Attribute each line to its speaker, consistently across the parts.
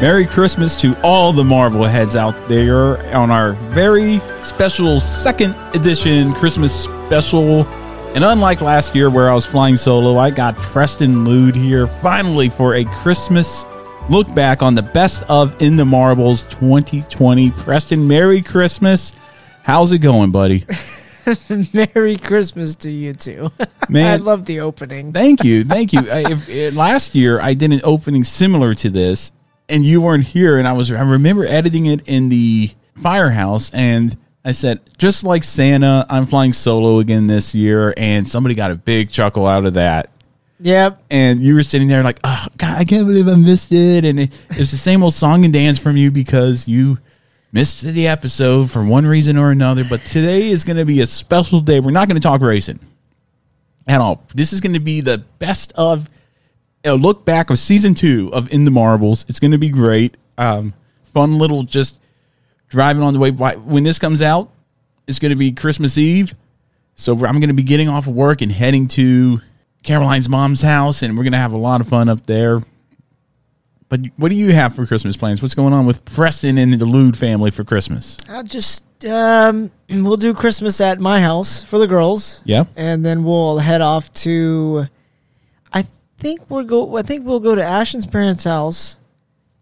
Speaker 1: Merry Christmas to all the Marvelheads out there on our very special second edition Christmas special. And unlike last year where I was flying solo, I got Preston Lude here finally for a Christmas look back on the best of In the Marbles 2020. Preston, Merry Christmas. How's it going, buddy?
Speaker 2: Merry Christmas to you too. I
Speaker 1: Man.
Speaker 2: love the opening.
Speaker 1: Thank you, thank you. I, if, eh, last year I did an opening similar to this, and you weren't here, and I was I remember editing it in the firehouse, and I said just like Santa, I'm flying solo again this year, and somebody got a big chuckle out of that.
Speaker 2: Yep.
Speaker 1: And you were sitting there like, oh God, I can't believe I missed it, and it, it was the same old song and dance from you because you. Missed the episode for one reason or another, but today is going to be a special day. We're not going to talk racing at all. This is going to be the best of a look back of season two of In the Marbles. It's going to be great. Um, fun little just driving on the way. Why- When this comes out, it's going to be Christmas Eve. So we're- I'm going to be getting off of work and heading to Caroline's mom's house, and we're going to have a lot of fun up there. But what do you have for Christmas plans? What's going on with Preston and the Lude family for Christmas?
Speaker 2: I'll just um we'll do Christmas at my house for the girls.
Speaker 1: Yeah.
Speaker 2: And then we'll head off to I think we're go I think we'll go to Ashton's parents' house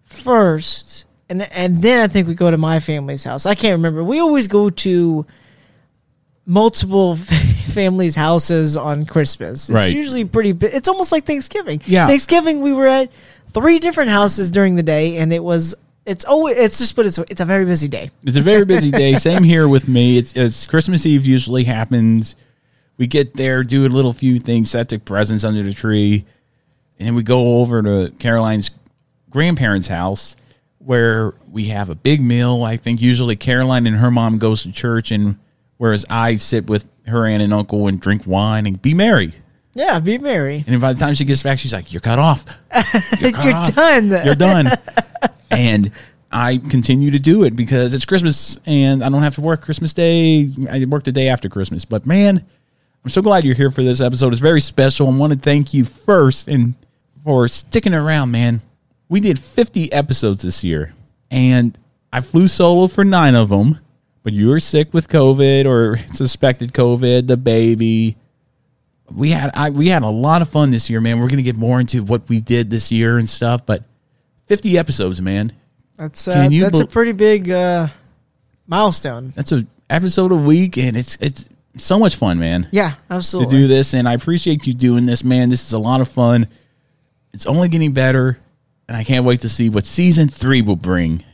Speaker 2: first. And and then I think we go to my family's house. I can't remember. We always go to multiple families' houses on Christmas. It's
Speaker 1: Right.
Speaker 2: usually pretty bu- it's almost like Thanksgiving.
Speaker 1: Yeah.
Speaker 2: Thanksgiving we were at three different houses during the day and it was it's always it's just but it's it's a very busy day.
Speaker 1: It's a very busy day. Same here with me. It's, it's Christmas Eve usually happens. We get there, do a little few things, set the presents under the tree, and then we go over to Caroline's grandparents' house where we have a big meal. I think usually Caroline and her mom goes to church, and whereas I sit with her aunt and uncle and drink wine and be merry.
Speaker 2: Yeah, be merry.
Speaker 1: And by the time she gets back, she's like, "You're cut off. You're, cut
Speaker 2: You're done.
Speaker 1: You're done." and I continue to do it because it's Christmas and I don't have to work Christmas Day. I work the day after Christmas. But man, I'm so glad you're here for this episode. It's very special. I want to thank you first and for sticking around, man. We did 50 episodes this year, and I flew solo for nine of them. but you were sick with COVID or suspected COVID, the baby. We had I, we had a lot of fun this year, man. We're gonna get more into what we did this year and stuff, but fifty episodes, man.
Speaker 2: That's uh,
Speaker 1: Can you
Speaker 2: that's a
Speaker 1: bel-
Speaker 2: pretty big uh, milestone.
Speaker 1: That's a episode a week, and it's it's so much fun, man.
Speaker 2: Yeah,
Speaker 1: to
Speaker 2: absolutely.
Speaker 1: do this, and I appreciate you doing this, man. This is a lot of fun. It's only getting better, and I can't wait to see what season three will bring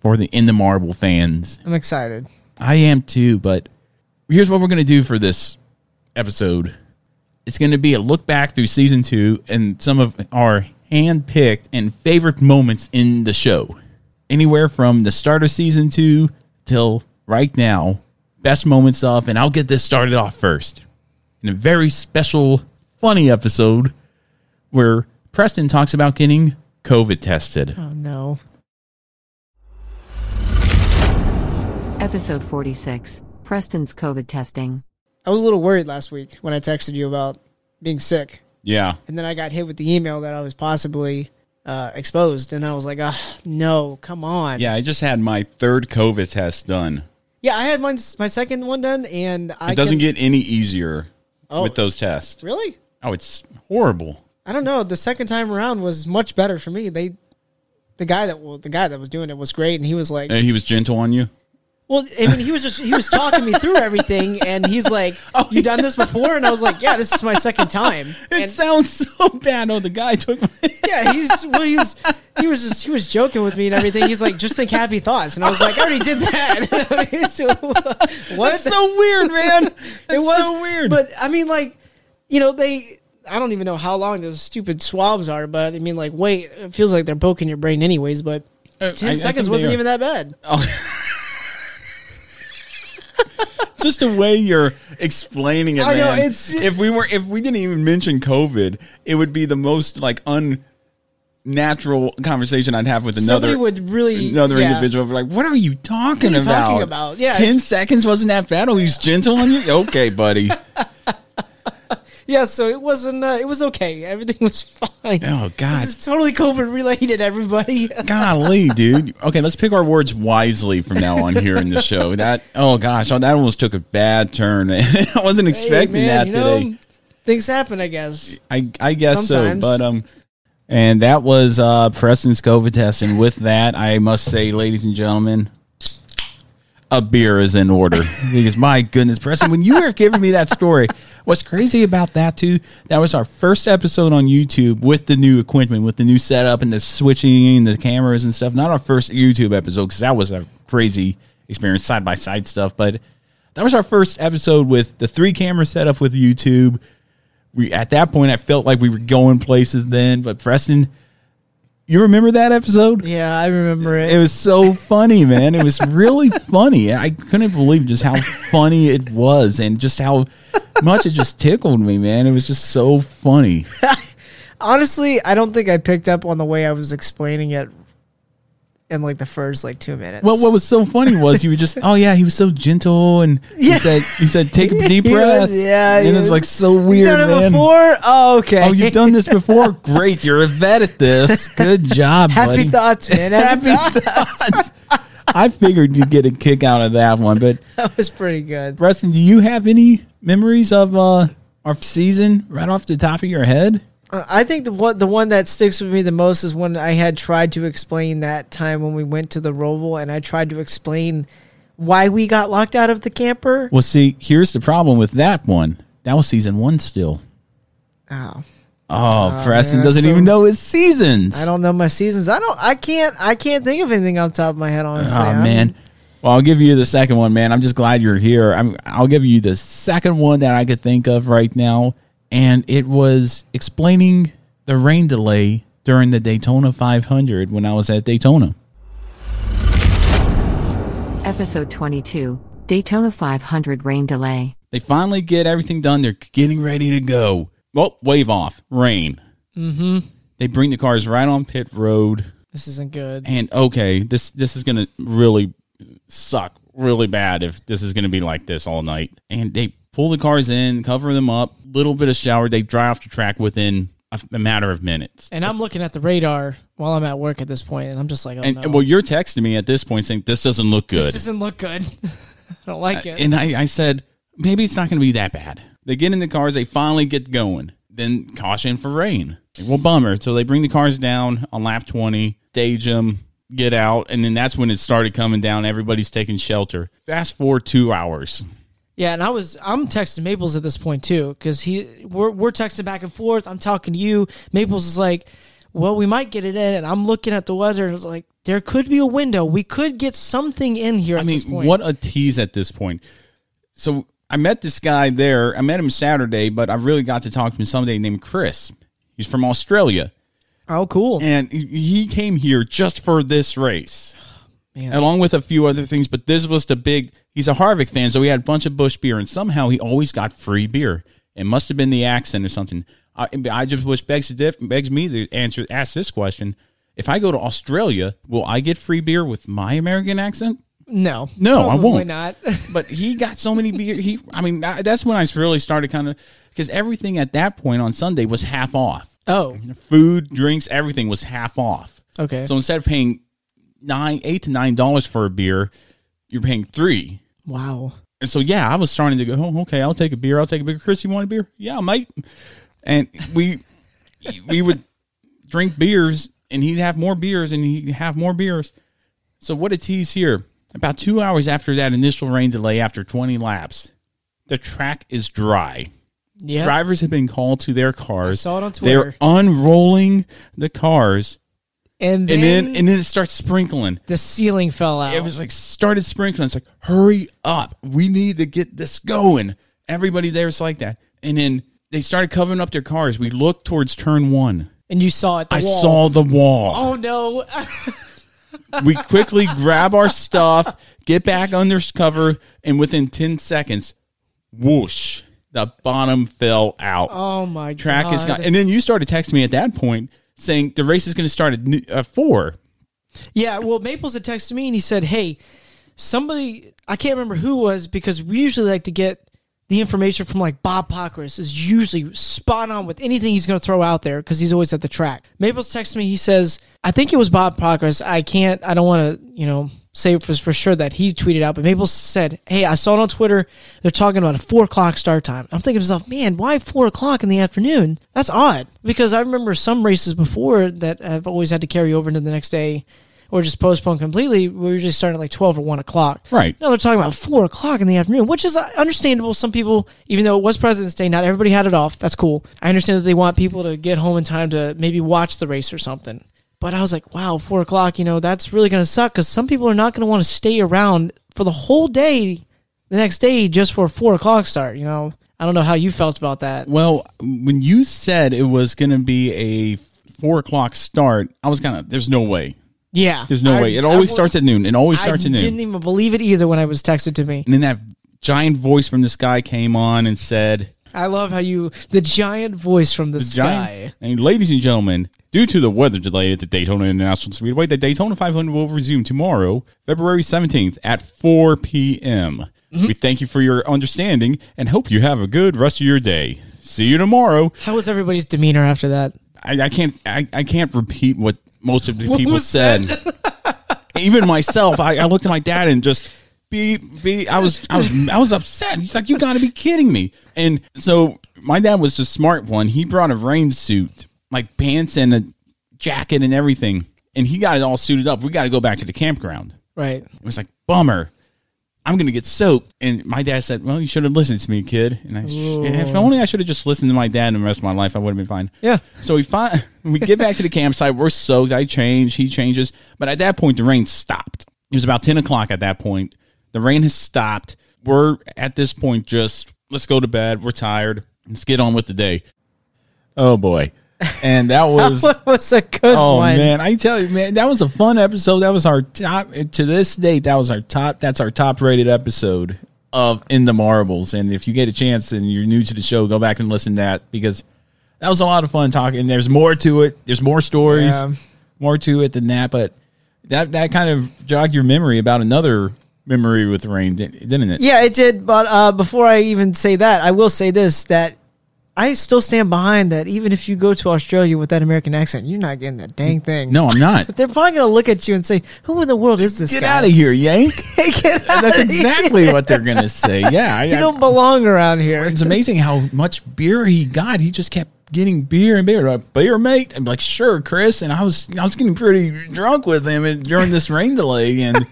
Speaker 1: for the In the Marble fans.
Speaker 2: I'm excited.
Speaker 1: I am too, but here's what we're going to do for this episode. It's going to be a look back through season two and some of our hand picked and favorite moments in the show. Anywhere from the start of season two till right now, best moments off, and I'll get this started off first. In a very special, funny episode where Preston talks about getting COVID tested.
Speaker 2: Oh no.
Speaker 3: Episode 46 Preston's COVID testing.
Speaker 2: I was a little worried last week when I texted you about being sick,
Speaker 1: Yeah.
Speaker 2: and then I got hit with the email that I was possibly uh, exposed, and I was like, ah, no, come on.
Speaker 1: I just had my third COVID test done.
Speaker 2: Yeah, I had mine, my second one done, and I
Speaker 4: It doesn't
Speaker 2: can-
Speaker 4: get any easier
Speaker 2: Oh.
Speaker 4: with those tests.
Speaker 2: really.
Speaker 4: Oh, it's horrible.
Speaker 2: I don't know. The second time around was much better for me. They, the guy that well, the guy that was doing it was great, and he was like,
Speaker 4: And he was gentle on you.
Speaker 2: Well, I mean, he was just he was talking me through everything, and he's like,
Speaker 1: Oh,
Speaker 2: "You done this before?" And I was like, "Yeah, this is my second time."
Speaker 1: It
Speaker 2: And-
Speaker 1: sounds so bad. Oh, the guy took.
Speaker 2: yeah, he's well, he's he was just he was joking with me and everything. He's like, "Just think happy thoughts," and I was like, "I already did that." I mean, so, what?
Speaker 1: That's so weird, man.
Speaker 2: it
Speaker 1: That's
Speaker 2: was
Speaker 1: so weird.
Speaker 2: But I mean, like, you know, they. I don't even know how long those stupid swabs are, but I mean, like, wait, it feels like they're poking your brain anyways. But
Speaker 1: Uh,
Speaker 2: ten
Speaker 1: I- I think
Speaker 2: seconds
Speaker 1: they
Speaker 2: wasn't
Speaker 1: are.
Speaker 2: even that bad.
Speaker 1: just the way you're explaining it,
Speaker 2: I know,
Speaker 1: man.
Speaker 2: it's-
Speaker 1: if we were, if we didn't even mention COVID, it would be the most like unnatural conversation I'd have with another.
Speaker 2: Somebody would really
Speaker 1: Another
Speaker 2: yeah.
Speaker 1: individual would be like, "What are you talking
Speaker 2: What are you
Speaker 1: about?
Speaker 2: talking about? Yeah.
Speaker 1: ten seconds wasn't that bad. Oh, he's gentle on you. Okay, buddy.
Speaker 2: Yeah, so it wasn't. Uh, it was okay. Everything was fine.
Speaker 1: Oh, God.
Speaker 2: this is totally COVID related. Everybody,
Speaker 1: Golly, dude. Okay, let's pick our words wisely from now on here in the show. That oh gosh, oh, that almost took a bad turn. man. I wasn't expecting
Speaker 2: Hey,
Speaker 1: that
Speaker 2: man, you know,
Speaker 1: today.
Speaker 2: things happen, I guess.
Speaker 1: I I guess
Speaker 2: Sometimes.
Speaker 1: so, but um and that was uh Preston's COVID test and with that, I must say ladies and gentlemen, a beer is in order. because my goodness, Preston, when you were giving me that story, what's crazy about that too? That was our first episode on YouTube with the new equipment, with the new setup and the switching and the cameras and stuff. Not our first YouTube episode because that was a crazy experience, side by side stuff. But that was our first episode with the three camera setup with YouTube. We at that point, I felt like we were going places then. But Preston, you remember that episode?
Speaker 2: Yeah, I remember it.
Speaker 1: It was so funny, man. It was really funny. I couldn't believe just how funny it was and just how much it just tickled me, man. It was just so funny.
Speaker 2: Honestly, I don't think I picked up on the way I was explaining it in like the first like two minutes.
Speaker 1: Well, what was so funny was you were just, oh yeah, he was so gentle and
Speaker 2: Yeah.
Speaker 1: he said, he said, take a deep
Speaker 2: He
Speaker 1: breath.
Speaker 2: was- yeah,
Speaker 1: and
Speaker 2: he
Speaker 1: it
Speaker 2: was-
Speaker 1: was like so
Speaker 2: you
Speaker 1: weird,
Speaker 2: done it
Speaker 1: man.
Speaker 2: before? Oh, okay.
Speaker 1: Oh, you've done this before. Great, you're a vet at this. Good job,
Speaker 2: happy
Speaker 1: buddy.
Speaker 2: thoughts, man. Happy, thoughts.
Speaker 1: thoughts. I figured you'd get a kick out of that one, but
Speaker 2: That was pretty good.
Speaker 1: Preston, do you have any memories of uh, our season right off the top of your head?
Speaker 2: Uh, I think the one the one that sticks with me the most is when I had tried to explain that time when we went to the Roval and I tried to explain why we got locked out of the camper.
Speaker 1: Well, see, here's the problem with that one. That was season one still.
Speaker 2: Oh.
Speaker 1: Oh, Preston
Speaker 2: man, that's
Speaker 1: doesn't
Speaker 2: so-
Speaker 1: even know his seasons.
Speaker 2: I don't know my seasons. I don't. I can't. I can't think of anything off the top of my head. Honestly,
Speaker 1: Oh
Speaker 2: I'm-
Speaker 1: man. Well, I'll give you the second one, man. I'm just glad you're here. I'm, I'll give you the second one that I could think of right now, and it was explaining the rain delay during the Daytona 500 when I was at Daytona.
Speaker 3: Episode 22 Daytona 500 rain delay.
Speaker 1: They finally get everything done. They're getting ready to go. Well, wave off, rain. Mm-hmm. They bring the cars right on pit road,
Speaker 2: this isn't good.
Speaker 1: and okay, this this is gonna really suck really bad if this is gonna be like this all night. And they pull the cars in, cover them up, little bit of shower. They dry off the track within a, a matter of minutes.
Speaker 2: And I'm looking at the radar while I'm at work at this point, and I'm just like, oh
Speaker 1: And
Speaker 2: no,
Speaker 1: well, you're texting me at this point saying this doesn't look
Speaker 2: this
Speaker 1: good. Uh,
Speaker 2: doesn't look good. I don't like it.
Speaker 1: And I, I said, maybe it's not going to be that bad. They get in the cars, they finally get going. Then caution for rain. Well, bummer. So they bring the cars down on lap 20, stage them, get out. And then that's when it started coming down. Everybody's taking shelter. Fast forward two hours.
Speaker 2: Yeah, and I was I'm texting Maples at this point too because he we're we're texting back and forth. I'm talking to you. Maples is like, "Well, we might get it in," and I'm looking at the weather. and It's like there could be a window. We could get something in here.
Speaker 1: I
Speaker 2: at
Speaker 1: mean,
Speaker 2: this point.
Speaker 1: what a tease at this point. So I met this guy there. I met him Saturday, but I really got to talk to him someday named Chris. He's from Australia.
Speaker 2: Oh, cool.
Speaker 1: and he came here just for this race,
Speaker 2: Man.
Speaker 1: along with a few other things. But this was the big. He's a Harvick fan, so he had a bunch of Bush beer, and somehow he always got free beer. It must have been the accent or something. I, I just wish begs to diff, begs me to answer ask this question: If I go to Australia, will I get free beer with my American accent?
Speaker 2: No,
Speaker 1: No, I
Speaker 2: Probably
Speaker 1: won't.
Speaker 2: Not.
Speaker 1: But he got so many beer. He, I mean, I, that's when I really started kind of because everything at that point on Sunday was half off.
Speaker 2: oh,
Speaker 1: Food, drinks, everything was half off.
Speaker 2: okay.
Speaker 1: So instead of paying nine, eight to nine dollars for a beer, you're paying three.
Speaker 2: wow.
Speaker 1: And so yeah, I was starting to go, oh, okay, I'll take a beer. I'll take a beer. Chris, you want a beer? Yeah, mate. And we we would drink beers, and he'd have more beers, and he'd have more beers. So what a tease here. About two hours after that initial rain delay, after 20 laps, the track is dry.
Speaker 2: Yeah.
Speaker 1: Drivers have been called to their cars.
Speaker 2: saw it on Twitter.
Speaker 1: They're unrolling the cars,
Speaker 2: and then,
Speaker 1: and then and then it starts sprinkling.
Speaker 2: the ceiling fell out.
Speaker 1: It was like started sprinkling. It's like, hurry up. We need to get this going. Everybody there's like that. And then they started covering up their cars. We looked towards turn one.
Speaker 2: and you saw it. The
Speaker 1: I
Speaker 2: wall.
Speaker 1: saw the wall.
Speaker 2: Oh no.
Speaker 1: We quickly grab our stuff, get back under cover, and within 10 seconds, whoosh, the bottom fell out.
Speaker 2: oh my
Speaker 1: Track
Speaker 2: God.
Speaker 1: is gone. And then you started texting me at that point saying the race is going to start at n- uh, four.
Speaker 2: Yeah, well, Maples had texted me and he said, "Hey, somebody I can't remember who it was because we usually like to get the information from like Bob Pockris is usually spot on with anything he's going to throw out there because he's always at the track." Maples texts me. He says, "I think it was Bob Pockris. I can't. I don't want to. You know." Say for, for sure that he tweeted out, but Maples said, Hey, I saw it on Twitter. They're talking about a four o'clock start time. I'm thinking to myself, man, why four o'clock in the afternoon? That's odd because I remember some races before that have always had to carry over into the next day or just postpone completely, we were just starting at like 12 or 1 o'clock.
Speaker 1: Right.
Speaker 2: Now they're talking about 4 o'clock in the afternoon, which is uh, understandable. Some people, even though it was President's Day, not everybody had it off. That's cool. I understand that they want people to get home in time to maybe watch the race or something. But I was like, wow, 4 o'clock, you know, that's really going to suck because some people are not going to want to stay around for the whole day the next day just for a 4 o'clock start, you know? I don't know how you felt about that.
Speaker 1: Well, when you said it was going to be a four o'clock start, I was kind of, there's no way.
Speaker 2: Yeah.
Speaker 1: There's no
Speaker 2: I-
Speaker 1: way. It
Speaker 2: I
Speaker 1: always
Speaker 2: wa-
Speaker 1: starts at noon. It always
Speaker 2: I
Speaker 1: starts at noon.
Speaker 2: didn't e even believe it either when I was texted to me.
Speaker 1: and then that giant voice from this guy came on and said,
Speaker 2: I love how you the giant voice from the,
Speaker 1: the
Speaker 2: sky.
Speaker 1: giant, and ladies and gentlemen, due to the weather delay at the Daytona International Speedway, the Daytona 500 will resume tomorrow, February 17th at 4 p.m.
Speaker 2: Mm-hmm.
Speaker 1: We thank you for your understanding and hope you have a good rest of your day. See you tomorrow.
Speaker 2: How was everybody's demeanor after that?
Speaker 1: I, I can't I, I can't repeat what most of the
Speaker 2: What
Speaker 1: people
Speaker 2: was
Speaker 1: said. Even myself, I, I looked at my dad and just be be I was I was I was upset. He's like, You gotta be kidding me. And so my dad was the smart one. He brought a rain suit, like pants and a jacket and everything. And he got it all suited up. We gotta go back to the campground.
Speaker 2: Right.
Speaker 1: It was like, bummer. I'm gonna get soaked. And my dad said, Well, you should have listened to me, kid. And I if only I should have just listened to my dad and the rest of my life, I would have been fine.
Speaker 2: Yeah.
Speaker 1: So we find we get back to the campsite. We're soaked. I change. He changes. But at that point, the rain stopped. It was about ten o'clock at that point. The rain has stopped. We're at this point just let's go to bed. We're tired. Let's get on with the day. Oh boy, and that was.
Speaker 2: What was a good one?
Speaker 1: Oh man, I tell you, man, that was a fun episode. That was our top to this date. That was our top. That's our top rated episode of In the Marbles. And if you get a chance and you're new to the show, go back and listen to that because that was a lot of fun talking. There's more to it. There's more stories,
Speaker 2: Yeah.
Speaker 1: more to it than that. But that that kind of jogged your memory about another memory with rain, di- didn't it?
Speaker 2: Yeah, it did. But uh, before I even say that, I will say this: that I still stand behind that. Even if you go to Australia with that American accent, you're not getting that dang thing.
Speaker 1: No, I'm not.
Speaker 2: But they're probably going to look at you and say, "Who in the world is this
Speaker 1: Get
Speaker 2: guy?
Speaker 1: out of here, Yank.
Speaker 2: Get out
Speaker 1: That's
Speaker 2: of
Speaker 1: exactly
Speaker 2: here.
Speaker 1: what they're going to say. Yeah. I,
Speaker 2: You
Speaker 1: I-
Speaker 2: don't belong around here."
Speaker 1: it's amazing how much beer he got. He just kept getting beer and beer. Like, beer, mate. I'm like, sure, Chris. And I was I was getting pretty drunk with him and during this rain delay, and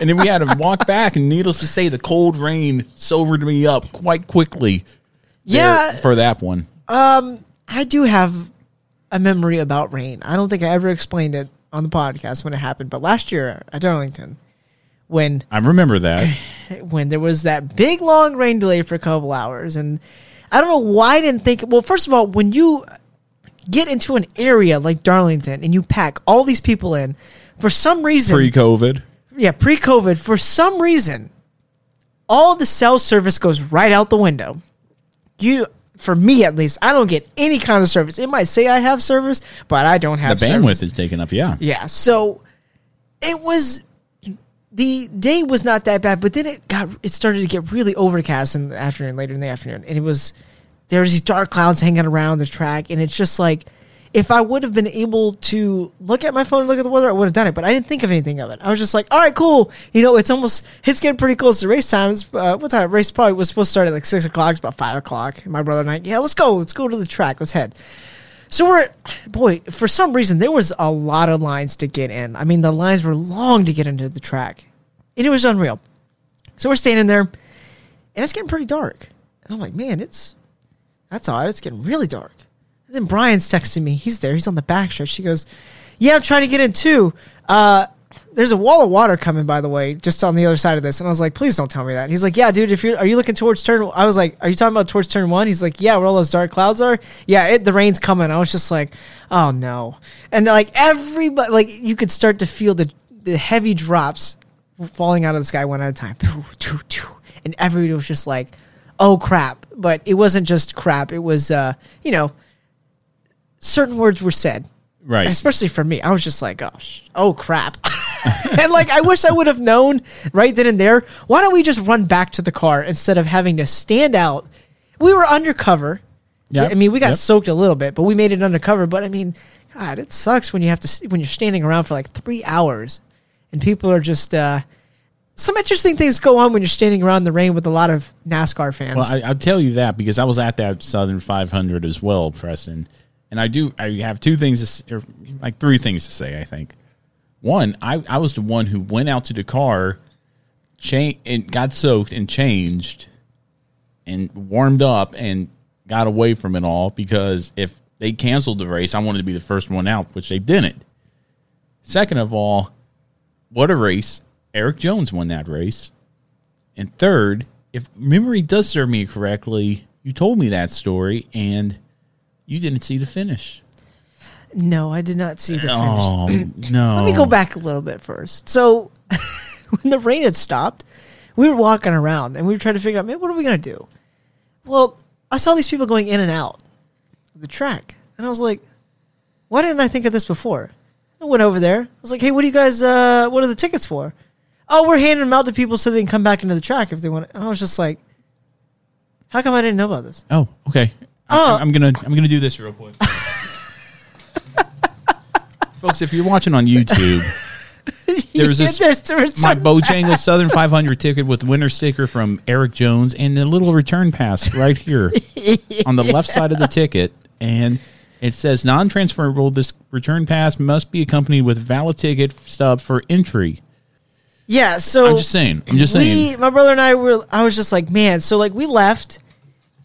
Speaker 1: and then we had to walk back. And needless to say, the cold rain sobered me up quite quickly. there
Speaker 2: Yeah,
Speaker 1: for that one.
Speaker 2: I do have a memory about rain. I don't think I ever explained it on the podcast when it happened, but last year at Darlington, when
Speaker 1: I remember that.
Speaker 2: when there was that big long rain delay for a couple hours, and I don't know why I didn't think. Well, first of all, when you get into an area like Darlington and you pack all these people in, for some reason,
Speaker 1: Pre COVID.
Speaker 2: yeah, pre COVID, for some reason, all the cell service goes right out the window. You, for me at least, I don't get any kind of service. It might say I have service, but I don't
Speaker 1: The
Speaker 2: have service.
Speaker 1: bandwidth is taken up, yeah.
Speaker 2: Yeah. So it was the day was not that bad, but then it got it started to get really overcast in the afternoon, later in the afternoon, and it was there was these dark clouds hanging around the track, and it's just like if I would have been able to look at my phone and look at the weather, I would have done it, but I didn't think of anything of it. I was just like, all right, cool. You know, it's almost it's getting pretty close to race time. It's, uh, what time? Race probably was supposed to start at like six o'clock. It's about five o'clock. And my brother and I, yeah, let's go, let's go to the track, let's head. So we're boy, for some reason there was a lot of lines to get in. I mean, the lines were long to get into the track. And it was unreal. So we're standing there and it's getting pretty dark. And I'm like, man, it's that's odd. It's getting really dark. And then Brian's texting me. He's there. He's on the back stretch. She goes, Yeah, I'm trying to get in too. Uh there's a wall of water coming, by the way, just on the other side of this. And I was like, please don't tell me that. He's like, yeah, dude, if you're, are you looking towards turn? I was like, are you talking about towards turn one? He's like, yeah, where all those dark clouds are. Yeah, it, the rain's coming. I was just like, oh no. And like everybody, like you could start to feel the, the heavy drops falling out of the sky one at a time. And everybody was just like, oh crap. But it wasn't just crap. It was, uh, you know, certain words were said
Speaker 1: Right.
Speaker 2: especially for me, I was just like, gosh, oh crap. and like, I wish I would have known right then and there. Why don't we just run back to the car instead of having to stand out? We were undercover.
Speaker 1: Yep.
Speaker 2: I mean, we got
Speaker 1: Yep.
Speaker 2: soaked a little bit, but we made it undercover. But I mean, God, it sucks when you have to, s- when you're standing around for like three hours and people are just, uh, some interesting things go on when you're standing around in the rain with a lot of NASCAR fans.
Speaker 1: Well, I, I'll tell you that because I was at that Southern 500 as well, Preston. And I do, I have two things, to, s- or like three things to say, I think. One, I, I was the one who went out to the car, cha- and got soaked and changed and warmed up and got away from it all because if they canceled the race, I wanted to be the first one out, which they didn't. Second of all, what a race. Eric Jones won that race. And third, if memory does serve me correctly, you told me that story and you didn't see the finish.
Speaker 2: no, I did not see the finish.
Speaker 1: Oh no!
Speaker 2: Let me go back a little bit first. So, when the rain had stopped, we were walking around and we were trying to figure out, man, what are we going to do? Well, I saw these people going in and out of the track. And I was like, why didn't I think of this before? I went over there. I was like, hey, what do you guys, uh, what are the tickets for? Oh, we're handing them out to people so they can come back into the track if they want. And I was just like, how come I didn't know about this?
Speaker 1: Oh, okay.
Speaker 2: Oh.
Speaker 1: I, I'm gonna I'm gonna do this real quick, folks. If you're watching on YouTube, there was this
Speaker 2: There's- there was
Speaker 1: my
Speaker 2: some-
Speaker 1: Bojangles Southern 500 ticket with winner sticker from Eric Jones and a little return pass right here on the left side of the ticket, and it says non-transferable. This return pass must be accompanied with valid ticket stub for entry.
Speaker 2: Yeah, so
Speaker 1: I'm just saying. I'm just saying.
Speaker 2: We, my brother and I were. I was just like, man. So like, we left,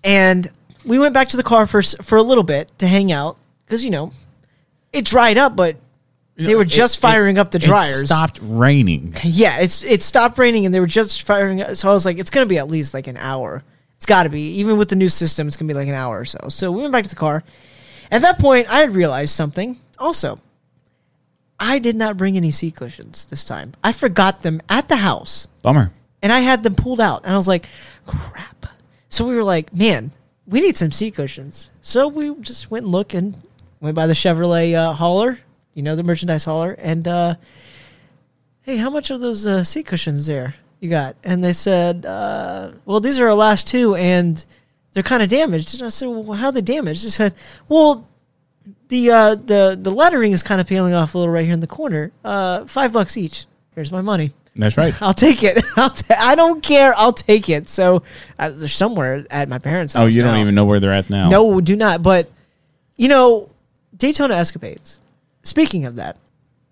Speaker 2: and we went back to the car for s- for a little bit to hang out because you know, it dried up, but they were just
Speaker 1: It-
Speaker 2: firing up the
Speaker 1: it
Speaker 2: dryers.
Speaker 1: stopped raining.
Speaker 2: Yeah, it's it stopped raining and they were just firing. up- So I was like, it's gonna be at least like an hour. It's got to be even with the new system. It's gonna be like an hour or so. So we went back to the car. At that point, I had realized something. Also, I did not bring any seat cushions this time. I forgot them at the house
Speaker 1: Bummer.
Speaker 2: and I had them pulled out, and I was like, "Crap!" So we were like, "Man, we need some seat cushions." So we just went and looked and went by the Chevrolet uh, hauler, you know, the merchandise hauler, and uh, hey, how much are those uh, seat cushions there you got? And they said, uh, "Well, these are our last two, and they're kind of damaged. And I said, well, how they damaged? They said, well, the uh, the the lettering is kind of peeling off a little right here in the corner. Uh, five bucks each. Here's my money.
Speaker 1: That's right.
Speaker 2: I'll take it. I'll ta- I don't care. I'll take it. So uh, they're somewhere at my parents' house.
Speaker 1: Oh, you don't
Speaker 2: now.
Speaker 1: even know where they're at now.
Speaker 2: No, do not. But you know, Daytona escapades. Speaking of that,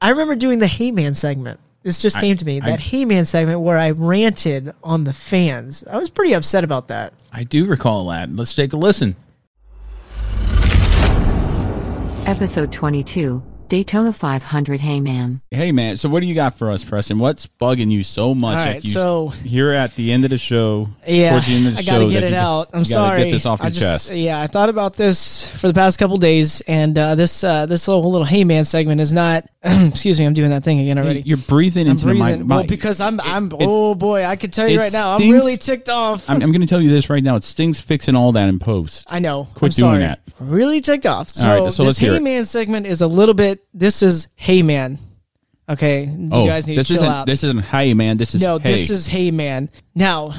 Speaker 2: I remember doing the Heyman segment. This just came to me.
Speaker 1: I-
Speaker 2: that Heyman segment where I ranted on the fans. I was pretty upset about that.
Speaker 1: I do recall that. Let's take a listen.
Speaker 3: Episode 22 Daytona 500 Hey Man.
Speaker 1: Hey man, so what do you got for us, Preston? What's bugging you so much?
Speaker 2: All
Speaker 1: that
Speaker 2: right,
Speaker 1: you,
Speaker 2: so-
Speaker 1: here at the end of the show,
Speaker 2: Yeah,
Speaker 1: towards the end of the
Speaker 2: I
Speaker 1: show,
Speaker 2: gotta get
Speaker 1: that
Speaker 2: it
Speaker 1: you-
Speaker 2: out. I'm
Speaker 1: you gotta
Speaker 2: sorry.
Speaker 1: Get this off
Speaker 2: I
Speaker 1: your
Speaker 2: just-
Speaker 1: chest.
Speaker 2: Yeah, I thought about this for the past couple days, and uh, this uh, this little little Hey Man segment is not. excuse me, I'm doing that thing again already.
Speaker 1: You're breathing
Speaker 2: I'm
Speaker 1: into
Speaker 2: breathing.
Speaker 1: the mic.
Speaker 2: well,
Speaker 1: mic.
Speaker 2: because I'm I'm.
Speaker 1: it-
Speaker 2: oh boy, I can tell you
Speaker 1: it
Speaker 2: right now, I'm
Speaker 1: stinks.
Speaker 2: really ticked off.
Speaker 1: I'm, I'm going to tell you this right now. It stings fixing all that in post.
Speaker 2: I know.
Speaker 1: Quit
Speaker 2: I'm
Speaker 1: doing
Speaker 2: sorry.
Speaker 1: that.
Speaker 2: Really ticked off. So,
Speaker 1: All right, so
Speaker 2: this
Speaker 1: let's hear
Speaker 2: Hey
Speaker 1: it.
Speaker 2: Man segment is a little bit. This is Hey Man. Okay, you
Speaker 1: oh,
Speaker 2: guys need
Speaker 1: this
Speaker 2: to chill
Speaker 1: isn't
Speaker 2: out.
Speaker 1: this isn't hey man. This is
Speaker 2: no,
Speaker 1: hey.
Speaker 2: this is Hey Man. Now,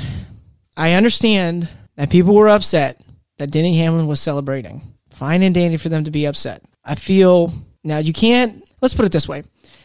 Speaker 2: I understand that people were upset that Denny Hamlin was celebrating. Fine and dandy for them to be upset. I feel now you can't. Let's put it this way.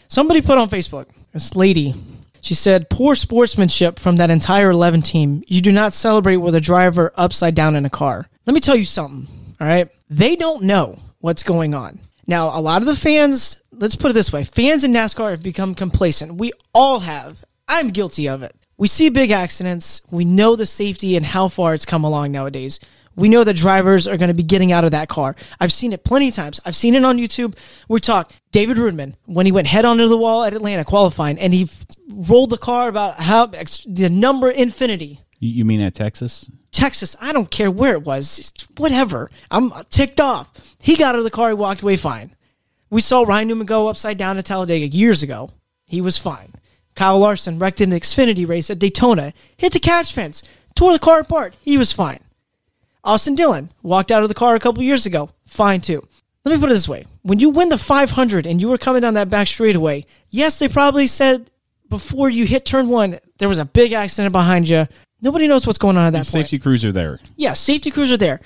Speaker 2: Somebody put on Facebook this lady. She said, "Poor sportsmanship from that entire 11 team. You do not celebrate with a driver upside down in a car." Let me tell you something. All right, they don't know what's going on. Now, a lot of the fans. Let's put it this way: fans in NASCAR have become complacent. We all have. I'm guilty of it. We see big accidents. We know the safety and how far it's come along nowadays. We know that drivers are going to be getting out of that car. I've seen it plenty of times. I've seen it on YouTube. We talked David Rudman when he went head onto the wall at Atlanta qualifying and he f- rolled the car about how ex- the number infinity.
Speaker 1: you, you mean at Texas?
Speaker 2: Texas, I don't care where it was, It's whatever. I'm ticked off. He got out of the car, he walked away fine. We saw Ryan Newman go upside down at Talladega years ago. He was fine. Kyle Larson wrecked in the Xfinity race at Daytona, hit the catch fence, tore the car apart. He was fine. Austin Dillon walked out of the car a couple years ago. Fine too. Let me put it this way: when you win the 500 and you were coming down that back straightaway, yes, they probably said before you hit turn one there was a big accident behind you. Nobody knows what's going on at that point.
Speaker 1: Safety cruiser there.
Speaker 2: Yeah, safety crews are there.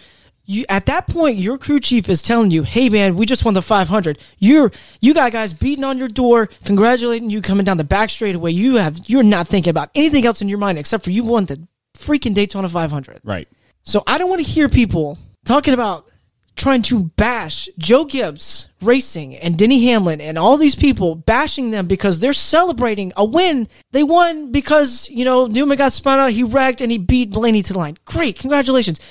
Speaker 2: You at that point, your crew chief is telling you, "Hey, man, we just won the 500. You're you got guys beating on your door, congratulating you coming down the back straightaway. You have you're not thinking about anything else in your mind except for you won the freaking Daytona 500."
Speaker 1: Right.
Speaker 2: So I don't want to hear people talking about trying to bash Joe Gibbs Racing and Denny Hamlin and all these people bashing them because they're celebrating a win. They won because, you know, Newman got spun out, he wrecked, and he beat Blaney to the line. Great, congratulations.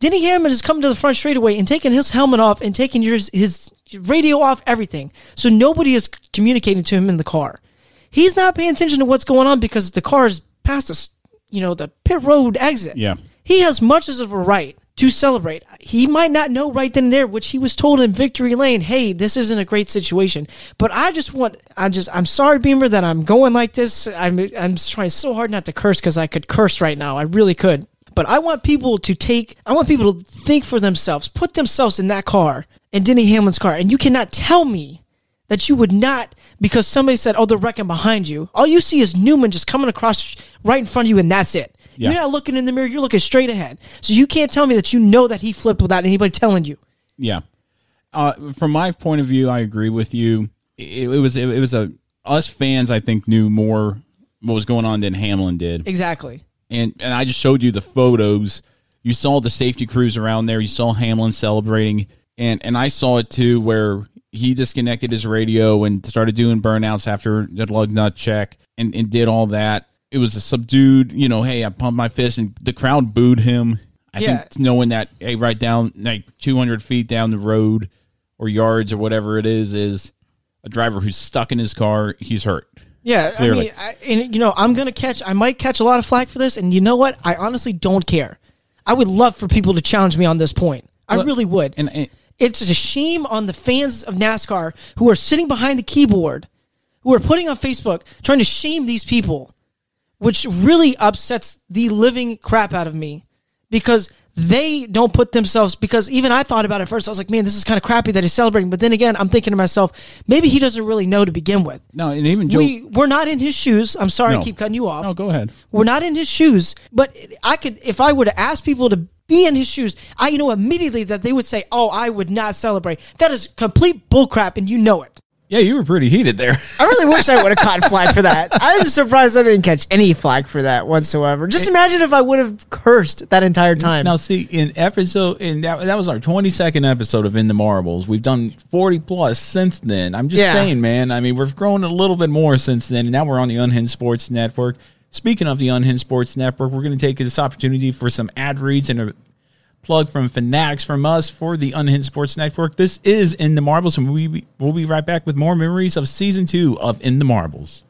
Speaker 2: Denny Hamlin has come to the front straightaway and taken his helmet off and taken yours, his radio off, everything. So nobody is communicating to him in the car. He's not paying attention to what's going on because the car is past us, you know, the pit road exit.
Speaker 1: Yeah.
Speaker 2: He has much as of a right to celebrate. He might not know right then and there, which he was told in victory lane, hey, this isn't a great situation. But I just want, I just, I'm sorry, Beamer, that I'm going like this. I'm, I'm just trying so hard not to curse because I could curse right now. I really could. But I want people to take, I want people to think for themselves, put themselves in that car, in Denny Hamlin's car. And you cannot tell me that you would not because somebody said, "Oh, they're wrecking behind you." All you see is Newman just coming across right in front of you, and that's it. You're
Speaker 1: Yeah.
Speaker 2: not looking in the mirror; you're looking straight ahead. So you can't tell me that you know that he flipped without anybody telling you.
Speaker 1: Yeah. Uh, from my point of view, I agree with you. It, it was it, it was a us fans. I think knew more what was going on than Hamlin did.
Speaker 2: Exactly.
Speaker 1: and and I just showed you the photos. You saw the safety crews around there. You saw Hamlin celebrating, and and I saw it too, where he disconnected his radio and started doing burnouts after the lug nut check, and and did all that. It was a subdued, you know. Hey, I pumped my fist, and the crowd booed him. I
Speaker 2: Yeah.
Speaker 1: think knowing that, hey, right down like two hundred feet down the road, or yards, or whatever it is, is a driver who's stuck in his car. He's hurt.
Speaker 2: Yeah,
Speaker 1: Clearly.
Speaker 2: I mean, I, and you know, I'm gonna catch. I might catch a lot of flack for this, and you know what? I honestly don't care. I would love for people to challenge me on this point. I
Speaker 1: Well,
Speaker 2: really would.
Speaker 1: and- and-
Speaker 2: it's a shame on the fans of NASCAR who are sitting behind the keyboard, who are putting on Facebook, trying to shame these people, which really upsets the living crap out of me because they don't put themselves. Because even I thought about it first. I was like, man, this is kind of crappy that he's celebrating. But then again, I'm thinking to myself, maybe he doesn't really know to begin with
Speaker 1: No, and even Joe.
Speaker 2: we we're not in his shoes. I'm sorry,
Speaker 1: No.
Speaker 2: I keep cutting you off.
Speaker 1: no, go ahead.
Speaker 2: We're not in his shoes, but I could if I were to ask people to be in his shoes, I you know immediately that they would say, "Oh, I would not celebrate." That is complete bullcrap, and you know it.
Speaker 1: Yeah, you were pretty heated there.
Speaker 2: I really wish I would have caught flag for that. I'm surprised I didn't catch any flag for that whatsoever. Just imagine if I would have cursed that entire time.
Speaker 1: Now, see, in episode, in that, that was our 22nd episode of In the Marbles. We've done 40 plus since then. I'm just
Speaker 2: Yeah.
Speaker 1: saying, man. I mean, we've grown a little bit more since then, and now we're on the Unhinged Sports Network. Speaking of the Unhinged Sports Network, we're going to take this opportunity for some ad reads and a plug from Fanatics from us for the Unhinged Sports Network. This is In the Marbles, and we will be right back with more memories of season two of In the Marbles.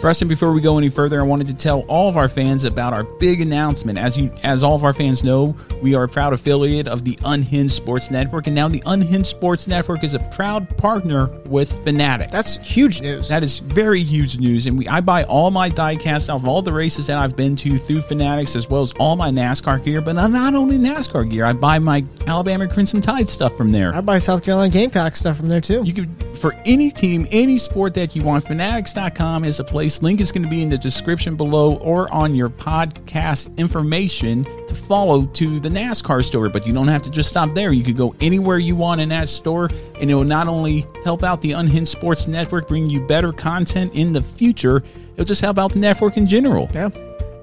Speaker 1: Preston, before we go any further, I wanted to tell all of our fans about our big announcement. As you, as all of our fans know, we are a proud affiliate of the Unhinged Sports Network, and now the Unhinged Sports Network is a proud partner with Fanatics.
Speaker 2: That's huge news.
Speaker 1: That is very huge news, and we I buy all my diecast out of all the races that I've been to through Fanatics, as well as all my NASCAR gear. But not- not only NASCAR gear, I buy my Alabama Crimson Tide stuff from there.
Speaker 2: I buy South Carolina Gamecock stuff from there too.
Speaker 1: You can for any team, any sport that you want. Fanatics.com is a place. Link is going to be in the description below or on your podcast information to follow to the NASCAR store. But you don't have to just stop there. You could go anywhere you want in that store, and it will not only help out the Unhinged Sports Network, bring you better content in the future. It'll just help out the network in general.
Speaker 2: yeah.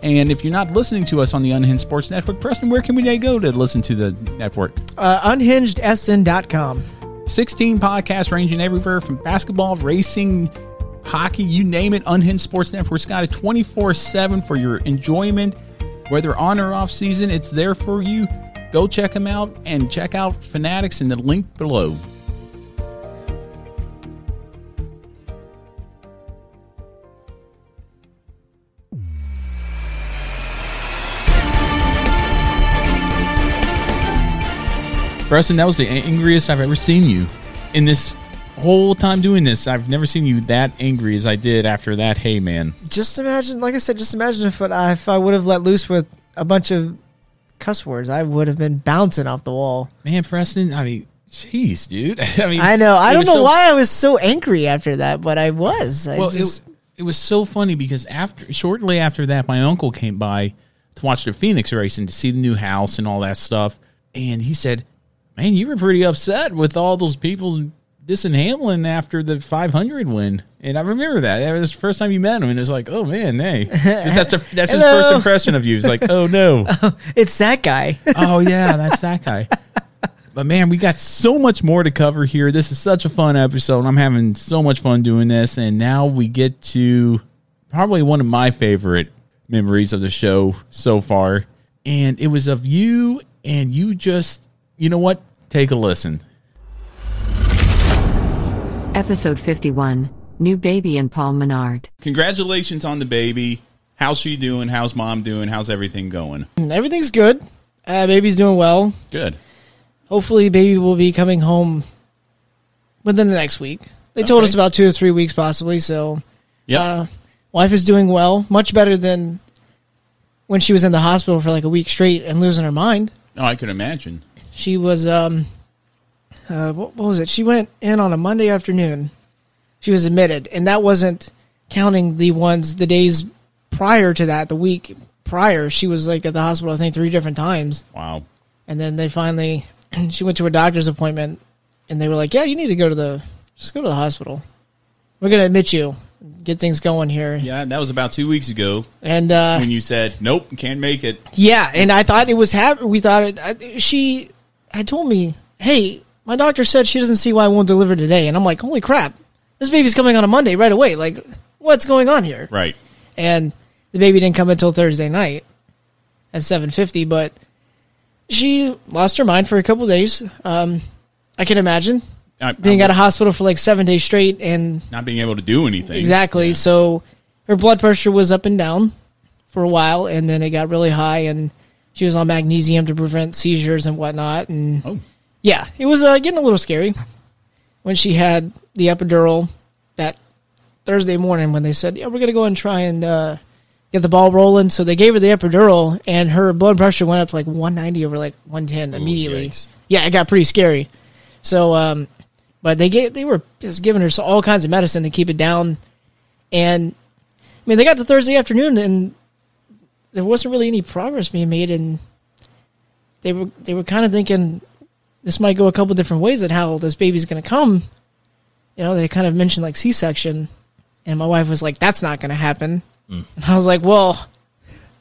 Speaker 1: And if you're not listening to us on the Unhinged Sports Network, Preston, where can we go to listen to the network?
Speaker 2: Uh, unhingedsn.com.
Speaker 1: 16 podcasts ranging everywhere from basketball, racing, hockey, you name it. Unhinged Sports Network's got it 24 7 for your enjoyment. Whether on or off season, it's there for you. Go check them out and check out Fanatics in the link below. Preston, that was the angriest I've ever seen you in this whole time doing this. I've never seen you that angry as I did after that. Hey, man.
Speaker 2: Just imagine, like I said, just imagine if I, if I would have let loose with a bunch of cuss words, I would have been bouncing off the wall.
Speaker 1: Man, Preston, I mean, jeez, dude. I mean,
Speaker 2: I know. I
Speaker 1: it
Speaker 2: don't
Speaker 1: was
Speaker 2: know
Speaker 1: so-
Speaker 2: why I was so angry after that, but I was. I
Speaker 1: Well,
Speaker 2: just,
Speaker 1: it, it was so funny because after shortly after that, my uncle came by to watch the Phoenix race and to see the new house and all that stuff. And he said, "Man, you were pretty upset with all those people dissing Hamlin after the 500 win." And I remember that. That was the first time you met him, and it's like, "Oh man, hey, Just that's the, that's his
Speaker 2: Hello.
Speaker 1: first impression of you." It's like, "Oh no."
Speaker 2: it's that guy.
Speaker 1: oh yeah, that's that guy. But man, we got so much more to cover here. This is such a fun episode. I'm having so much fun doing this, and now we get to probably one of my favorite memories of the show so far. And it was of you, and you just, you know what? Take a listen.
Speaker 3: Episode 51 New Baby and Paul Menard.
Speaker 1: Congratulations on the baby. How's she doing? How's mom doing? How's everything going?
Speaker 2: Hmm, Everything's good. Uh, baby's doing well.
Speaker 1: Good.
Speaker 2: Hopefully, baby will be coming home within the next week. They told
Speaker 1: Okay.
Speaker 2: us about two or three weeks, possibly. So,
Speaker 1: Yep.
Speaker 2: uh, wife is doing well, much better than when she was in the hospital for like a week straight and losing her mind.
Speaker 1: oh, I could imagine.
Speaker 2: She was, um, uh, what, what was it? She went in on a Monday afternoon. She was admitted, and that wasn't counting the ones the days prior to that, the week prior. She was like at the hospital, I think, three different times.
Speaker 1: Wow.
Speaker 2: And then they finally, she went to a doctor's appointment, and they were like, "Yeah, you need to go to the, just go to the hospital. We're gonna admit you, get things going here."
Speaker 1: Yeah, that was about two weeks ago
Speaker 2: And uh,
Speaker 1: when you said, "Nope, can't make it."
Speaker 2: yeah, and I thought it was hap- We thought it. I, she had told me, "Hey, my doctor said she doesn't see why I won't deliver today," and I'm like, "Holy crap, this baby's coming on a Monday right away! Like, what's going on here?"
Speaker 1: Right.
Speaker 2: and the baby didn't come until Thursday night at 7:50. But she lost her mind for a couple days. Um, I can imagine
Speaker 1: I-
Speaker 2: being
Speaker 1: I-
Speaker 2: out of hospital for like seven days straight, and
Speaker 1: not being able to do anything.
Speaker 2: exactly so her blood pressure was up and down for a while, and then it got really high, and she was on magnesium to prevent seizures and whatnot, and
Speaker 1: Oh,
Speaker 2: yeah, it was uh, getting a little scary when she had the epidural that Thursday morning when they said, "Yeah, we're gonna go and try and uh, get the ball rolling." So they gave her the epidural, and her blood pressure went up to like 190 over like 110 immediately.
Speaker 1: yikes.
Speaker 2: Yeah, it got pretty scary. So, um, but they gave they were just giving her so- all kinds of medicine to keep it down, and I mean they got to Thursday afternoon and there wasn't really any progress being made, and they were they were kind of thinking this might go a couple different ways at how this baby's going to come. You know, they kind of mentioned like C-section, and my wife was like, "That's not going to happen." And I was like, "Well."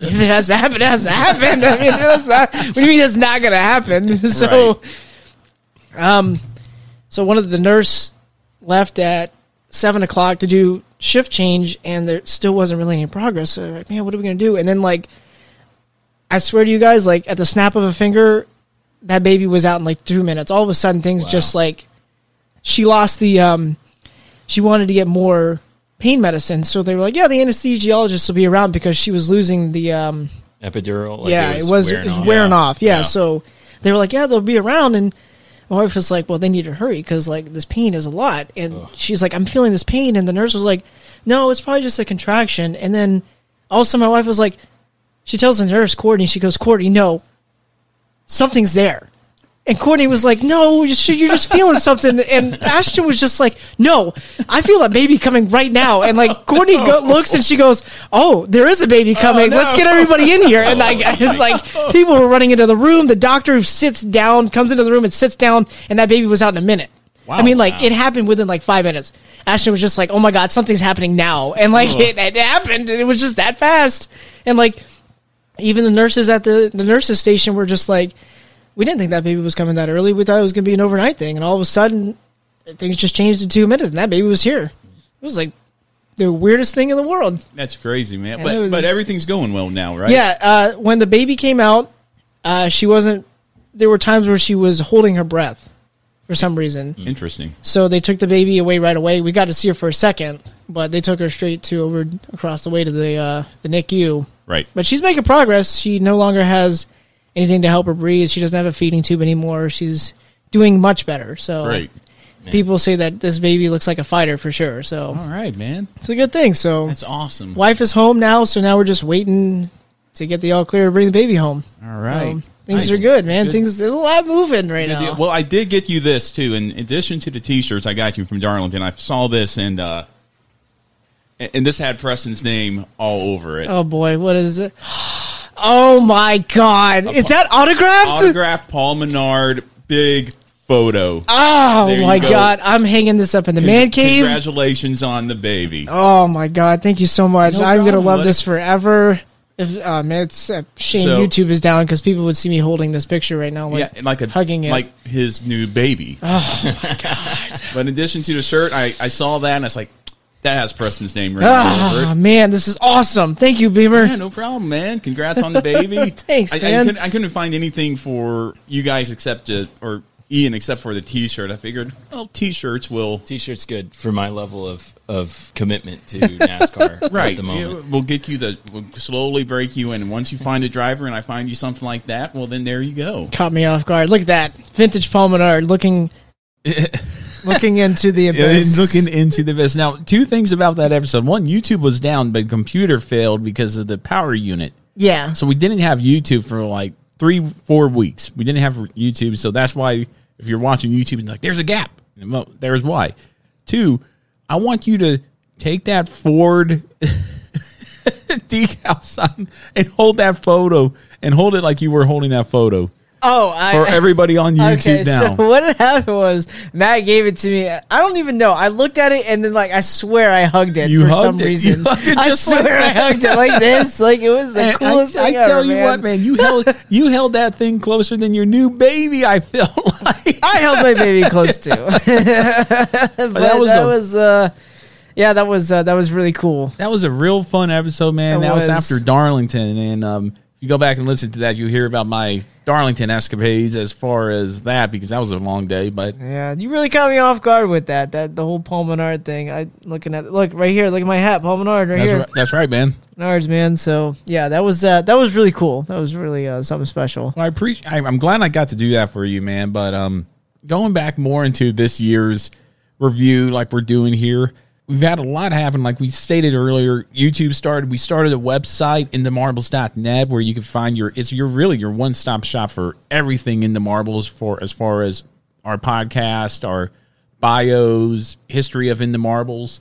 Speaker 2: If it has to happen, it has to happen. I mean, that's not, what do you mean that's not going to happen? So, um, so one of the nurse left at seven o'clock to do shift change, and there still wasn't really any progress. So they're like, man, what are we gonna do? And then like, I swear to you guys, like at the snap of a finger, that baby was out in like two minutes. All of a sudden, things just like she lost the um, she wanted to get more pain medicine, so they were like, yeah, the anesthesiologist will be around because she was losing the um,
Speaker 5: Epidural. Like
Speaker 2: yeah, it was wearing, off. Wearing off. Yeah, so they were like, yeah, they'll be around, and my wife was like, well, they need to hurry because like this pain is a lot, and she's like, I'm feeling this pain, and the nurse was like, no, it's probably just a contraction, and then also my wife was like, she tells the nurse Courtney, she goes, Courtney, no, something's there. And Courtney was like, "No, you should- you're just feeling something." And Ashton was just like, "No, I feel a baby coming right now." And like Courtney go- looks and she goes, "Oh, there is a baby coming. Let's get everybody in here." And like it's like people were running into the room. The doctor sits down, comes into the room and sits down, and that baby was out in a minute. I mean, like it happened within like five minutes. Ashton was just like, "Oh my god, something's happening now," and like it, it happened, and it was just that fast. And like even the nurses at the the nurses station were just like we didn't think that baby was coming that early. We thought it was going to be an overnight thing, and all of a sudden, things just changed in two minutes, and that baby was here. It was like the weirdest thing in the world.
Speaker 1: That's crazy, man.
Speaker 2: And
Speaker 1: But
Speaker 2: it was-
Speaker 1: but everything's going well now, right?
Speaker 2: Yeah, uh, when the baby came out, uh, she wasn't. There were times where she was holding her breath for some reason.
Speaker 1: Interesting.
Speaker 2: So they took the baby away right away. We got to see her for a second, but they took her straight to over across the way to the uh, the NICU.
Speaker 1: Right.
Speaker 2: But she's making progress. She no longer has anything to help her breathe. She doesn't have a feeding tube anymore. She's doing much better. So
Speaker 1: Great.
Speaker 2: people say that this baby looks like a fighter for sure. So
Speaker 1: All right, man.
Speaker 2: it's a good thing. So
Speaker 1: That's awesome.
Speaker 2: wife is home now, so now we're just waiting to get the all clear to bring the baby home.
Speaker 1: All right.
Speaker 2: Um, things
Speaker 1: Nice.
Speaker 2: are good, man.
Speaker 1: Good.
Speaker 2: Things there's a lot moving right
Speaker 1: Good
Speaker 2: now.
Speaker 1: deal. Well, I did get you this too. In addition to the T-shirts, I got you from Darlington. I saw this and uh, a- and this had Preston's name all over it.
Speaker 2: Oh boy, what is it? Oh my god. Is that autographed?
Speaker 1: Autograph Paul Menard, big photo.
Speaker 2: Oh
Speaker 1: There you
Speaker 2: my
Speaker 1: go.
Speaker 2: god. I'm hanging this up in the
Speaker 1: Con-
Speaker 2: man cave.
Speaker 1: Congratulations on the baby.
Speaker 2: Oh my god. Thank you so much.
Speaker 1: No
Speaker 2: I'm going to
Speaker 1: problem,
Speaker 2: love
Speaker 1: buddy.
Speaker 2: this forever. If um it's a shame
Speaker 1: So-
Speaker 2: YouTube is down cuz people would see me holding this picture right now like,
Speaker 1: yeah, and like a
Speaker 2: hugging it.
Speaker 1: like his new baby. Oh my god! But in addition to the shirt, I, I saw that and I was like, that has Preston's name written all over
Speaker 2: Ah,
Speaker 1: it.
Speaker 2: man, this is awesome. Thank you, Beamer.
Speaker 1: Yeah, no problem, man. Congrats on the baby.
Speaker 2: Thanks,
Speaker 1: I, I
Speaker 2: man.
Speaker 1: couldn't, I couldn't find anything for you guys except uh or Ian except for the T-shirt. I figured, well, T-shirts will
Speaker 5: T-shirt's good for my level of of commitment to NASCAR
Speaker 1: right.
Speaker 5: at the moment.
Speaker 1: yeah, We'll get you the. We'll slowly break you in, and once you find a driver, and I find you something like that, well, then there you go.
Speaker 2: Caught me off guard. Look at that. Vintage Paul Menard looking looking into the
Speaker 6: And
Speaker 2: abyss.
Speaker 6: looking into the abyss. Now, two things about that episode. One, YouTube was down, but computer failed because of the power unit.
Speaker 2: yeah.
Speaker 6: So we didn't have YouTube for like three, four weeks. We didn't have YouTube, so that's why if you're watching YouTube, it's like there's a gap. Well, there's why. Two, I want you to take that Ford decal sign and hold that photo and hold it like you were holding that photo
Speaker 2: Oh, I
Speaker 6: for everybody on YouTube now.
Speaker 2: So what had happened was Matt gave it to me. I don't even know. I looked at it and then like I swear I hugged it
Speaker 6: You
Speaker 2: for
Speaker 6: hugged
Speaker 2: some
Speaker 6: it. You
Speaker 2: reason.
Speaker 6: hugged it
Speaker 2: I
Speaker 6: just like
Speaker 2: swear I hugged it like this. Like it was the
Speaker 6: And
Speaker 2: coolest
Speaker 6: I,
Speaker 2: thing.
Speaker 6: I tell
Speaker 2: ever,
Speaker 6: you what, man, you held you held that thing closer than your new baby. I felt like
Speaker 2: I held my baby close to. but that was
Speaker 6: was
Speaker 2: that
Speaker 6: a-
Speaker 2: was uh yeah, that was uh, that was really cool.
Speaker 6: that was a real fun episode, man.
Speaker 2: It
Speaker 6: that was.
Speaker 2: was.
Speaker 6: after Darlington, and um, if you go back and listen to that, you hear about my Darlington escapades as far as that because that was a long day. But
Speaker 2: Yeah, you really caught me off guard with that. That the whole Paul Menard thing. I looking at look right here. Look at my hat, Paul Menard right
Speaker 6: that's,
Speaker 2: here.
Speaker 6: ri- that's right, man.
Speaker 2: Menards, man. So yeah, that was uh, that was really cool. That was really uh, something special.
Speaker 6: Well, I appreciate. I- I'm glad I got to do that for you, man. But um, going back more into this year's review, like we're doing here, we've had a lot happen. Like we stated earlier, YouTube started. We started a website in the marbles.net where you can find your. It's your really your one stop shop for everything in the marbles for as far as our podcast, our bios, history of in the marbles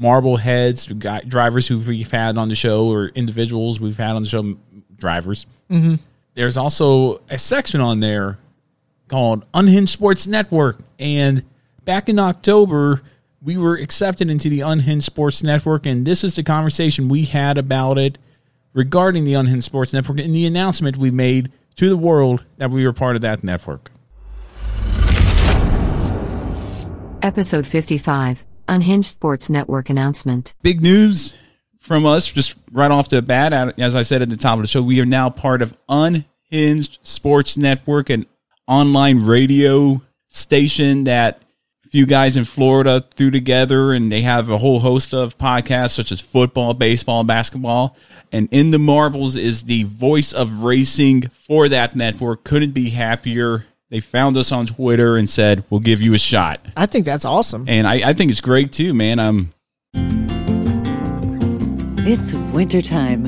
Speaker 6: marbleheads, guy, drivers who we've had on the show, or individuals we've had on the show, m- drivers. Mm-hmm.
Speaker 1: there's also a section on there called Unhinged Sports Network. And back in October, we were accepted into the Unhinged Sports Network. And this is the conversation we had about it regarding the Unhinged Sports Network and the announcement we made to the world that we were part of that network.
Speaker 7: Episode 55 Unhinged Sports Network Announcement.
Speaker 1: Big news from us, just right off the bat. at- As I said at the top of the show, we are now part of Unhinged Sports Network, an online radio station that a few guys in Florida threw together, and they have a whole host of podcasts such as football, baseball, basketball. And in the marbles is the voice of racing for that network. Couldn't be happier. They found us on Twitter and said, "We'll give you a shot."
Speaker 2: I think that's awesome.
Speaker 1: And I, I think it's great too, man. I'm
Speaker 3: It's wintertime.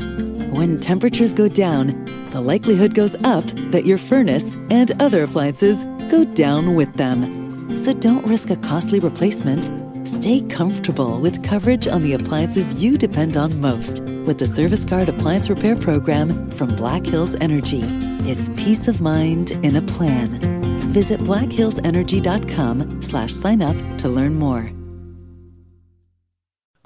Speaker 3: When temperatures go down, the likelihood goes up that your furnace and other appliances go down with them. So don't risk a costly replacement. Stay comfortable with coverage on the appliances you depend on most with the Service Guard Appliance Repair Program from Black Hills Energy. It's peace of mind in a plan. Visit blackhillsenergy.com slash sign up to learn more.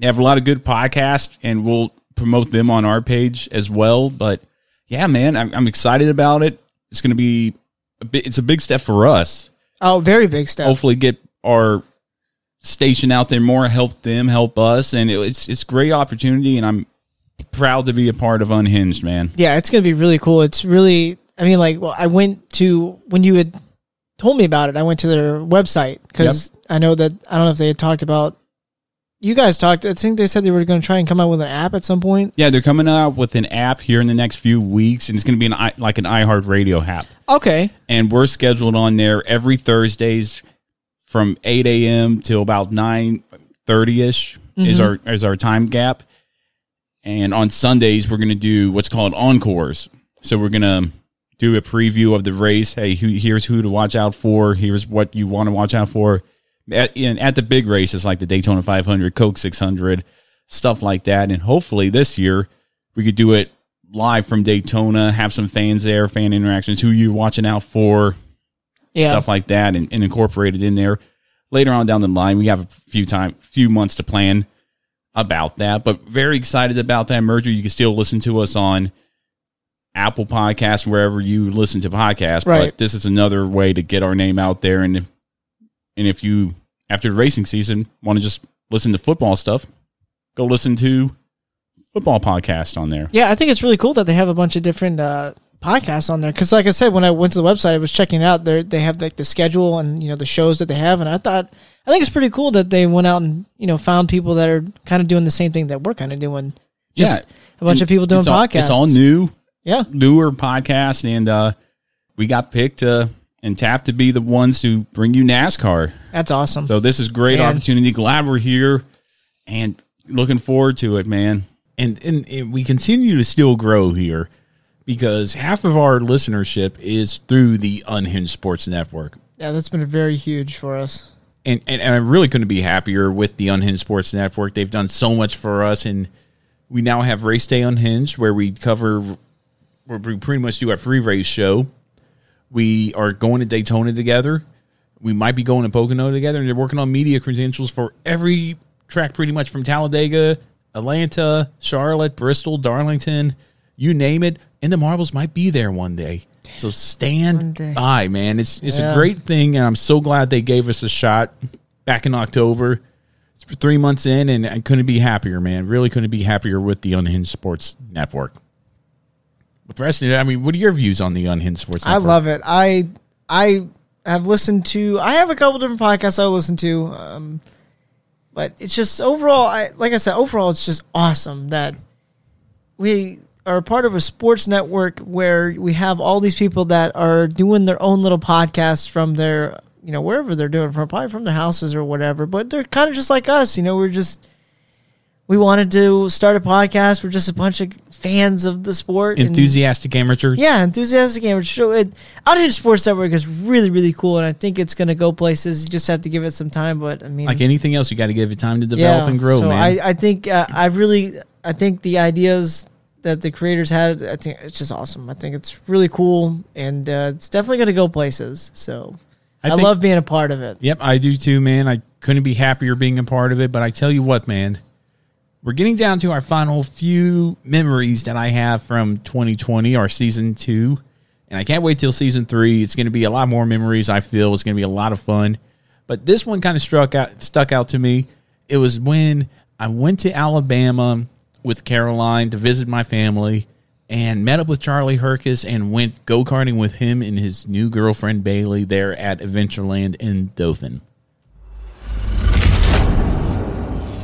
Speaker 1: They have a lot of good podcasts, and we'll promote them on our page as well. But yeah, man, I'm, I'm excited about it. It's going to be a bit, it's a big step for us.
Speaker 2: Oh, very big step.
Speaker 1: Hopefully, get our station out there more, help them, help us, and it, it's it's great opportunity. And I'm proud to be a part of Unhinged, man.
Speaker 2: Yeah, it's gonna be really cool. It's really, I mean, like, well, I went to when you had told me about it. I went to their website because I know that I don't know if they had talked about. You guys talked. I think they said they were going to try and come out with an app at some point.
Speaker 1: Yeah, they're coming out with an app here in the next few weeks, and it's going to be an i- like an iHeartRadio app.
Speaker 2: Okay,
Speaker 1: and we're scheduled on there every Thursdays from 8 a.m. till about 9 30 ish is
Speaker 2: Mhm.
Speaker 1: our is our time gap. And on Sundays we're gonna do what's called encores. So we're gonna do a preview of the race. Hey, who, here's who to watch out for. Here's what you want to watch out for. At, in, at the big races like the Daytona 500, Coke 600, stuff like that. And hopefully this year we could do it live from Daytona, have some fans there, fan interactions, who you watching out for,
Speaker 2: Yeah.
Speaker 1: stuff like that, and, and incorporate it in there. Later on down the line, we have a few time, few months to plan about that. But very excited about that merger. You can still listen to us on Apple Podcasts, wherever you listen to podcasts.
Speaker 2: Right.
Speaker 1: But this is another way to get our name out there. And and if you after the racing season want to just listen to football stuff, go listen to football podcast on there.
Speaker 2: Yeah, I think it's really cool that they have a bunch of different uh, podcasts on there. Because, like I said, when I went to the website, I was checking it out there. They have like the schedule and you know the shows that they have, and I thought I think it's pretty cool that they went out and you know found people that are kind of doing the same thing that we're kind of doing. Just a bunch of people doing
Speaker 1: it's all,
Speaker 2: podcasts.
Speaker 1: It's all new,
Speaker 2: Yeah.
Speaker 1: newer podcasts, and uh, we got picked uh, and tapped to be the ones to bring you NASCAR.
Speaker 2: That's awesome.
Speaker 1: So this is great
Speaker 2: Man.
Speaker 1: opportunity. Glad we're here, and looking forward to it, man. And, and and we continue to still grow here because half of our listenership is through the Unhinged Sports Network.
Speaker 2: yeah, that's been very huge for us.
Speaker 1: and, and, and I really couldn't be happier with the Unhinged Sports Network. They've done so much for us, and we now have Race Day Unhinged, where we cover, where we pretty much do our free race show. We are going to Daytona together. We might be going to Pocono together, and they're working on media credentials for every track, pretty much from Talladega, Atlanta, Charlotte, Bristol, Darlington, you name it. And the marbles might be there one day. So stand
Speaker 2: day.
Speaker 1: by, man. It's it's
Speaker 2: Yeah.
Speaker 1: a great thing, and I'm so glad they gave us a shot back in October. It's three months in, and I couldn't be happier, man. Really couldn't be happier with the Unhinged Sports Network. With the rest of it, I mean, what are your views on the Unhinged Sports
Speaker 2: I
Speaker 1: Network?
Speaker 2: love it. I I have listened to. I have a couple different podcasts I listen to, um, but it's just overall. I like I said, overall, it's just awesome that we are part of a sports network where we have all these people that are doing their own little podcasts from their you know wherever they're doing it from probably from their houses or whatever but they're kind of just like us you know we're just we wanted to start a podcast we're just a bunch of fans of the sport and-
Speaker 1: Enthusiastic amateur.
Speaker 2: yeah, enthusiastic amateur show. It, Outage Sports Network is really, really cool, and I think it's going to go places. You just have to give it some time, but I mean,
Speaker 1: Like anything else, you got to give it time to develop and grow,
Speaker 2: so
Speaker 1: man.
Speaker 2: I, I think uh, I really, I think the ideas that the creators had, I think it's just awesome. I think it's really cool, and uh, it's definitely going to go places. So
Speaker 1: I
Speaker 2: I,
Speaker 1: think-
Speaker 2: love being a part of it.
Speaker 1: Yep, I do too, man. I couldn't be happier being a part of it. But I tell you what, man, we're getting down to our final few memories that I have from 2020, our season two. And I can't wait till season three. It's going to be a lot more memories, I feel. It's going to be a lot of fun. But this one kind of struck out, stuck out to me. It was when I went to Alabama with Caroline to visit my family and met up with Charlie Herkus and went go karting with him and his new girlfriend Bailey there at Adventureland in Dothan.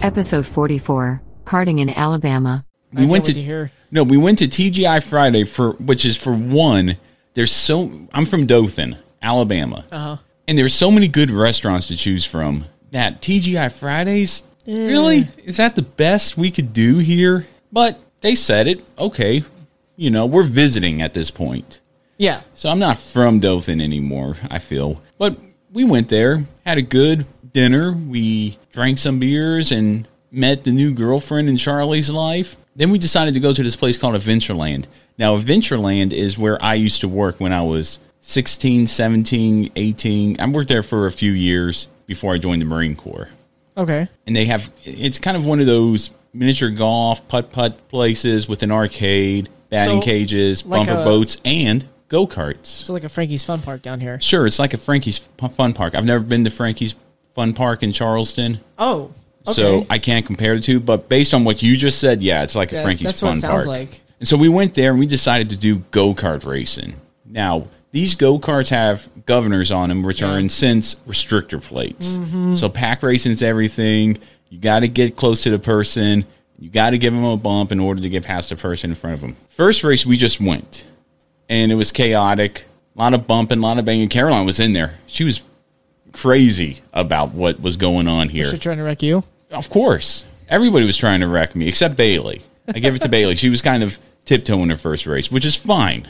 Speaker 3: Episode 44 Karting in Alabama.
Speaker 1: we went to, no we went to tgi friday for which is for one there's so i'm from dothan alabama
Speaker 2: Uh-huh.
Speaker 1: and there's so many good restaurants to choose from that tgi fridays really is that the best we could do here but they said it okay you know we're visiting at this point
Speaker 2: Yeah,
Speaker 1: so I'm not from Dothan anymore, I feel. But we went there, had a good dinner. We drank some beers and met the new girlfriend in Charlie's life. Then we decided to go to this place called Adventureland. Now, Adventureland is where I used to work when I was 16, 17, 18. I worked there for a few years before I joined the Marine Corps
Speaker 2: okay.
Speaker 1: and they have it's kind of one of those miniature golf putt putt places with an arcade, batting
Speaker 2: So,
Speaker 1: cages,
Speaker 2: like
Speaker 1: bumper
Speaker 2: a-
Speaker 1: boats, and go karts.
Speaker 2: So like a Frankie's Fun Park down here.
Speaker 1: Sure, it's like a Frankie's P- Fun Park. I've never been to Frankie's Fun Park in Charleston,
Speaker 2: Oh, okay.
Speaker 1: so I can't compare the two. But based on what you just said, yeah, it's like a
Speaker 2: Yeah,
Speaker 1: Frankie's
Speaker 2: that's what
Speaker 1: Fun
Speaker 2: it sounds
Speaker 1: Park.
Speaker 2: like.
Speaker 1: And so we went there and we decided to do go kart racing. Now, these go karts have governors on them, which are in sense restrictor plates.
Speaker 2: Mm-hmm.
Speaker 1: So pack racing's everything. You got to get close to the person. You got to give them a bump in order to get past the person in front of them. First race, we just went, and it was chaotic. A lot of bumping, a lot of banging. Caroline was in there. She was crazy about what was going on here.
Speaker 2: Should trying to wreck you.
Speaker 1: Of course. Everybody was trying to wreck me except Bailey. I gave it to Bailey. She was kind of tiptoeing her first race, which is fine.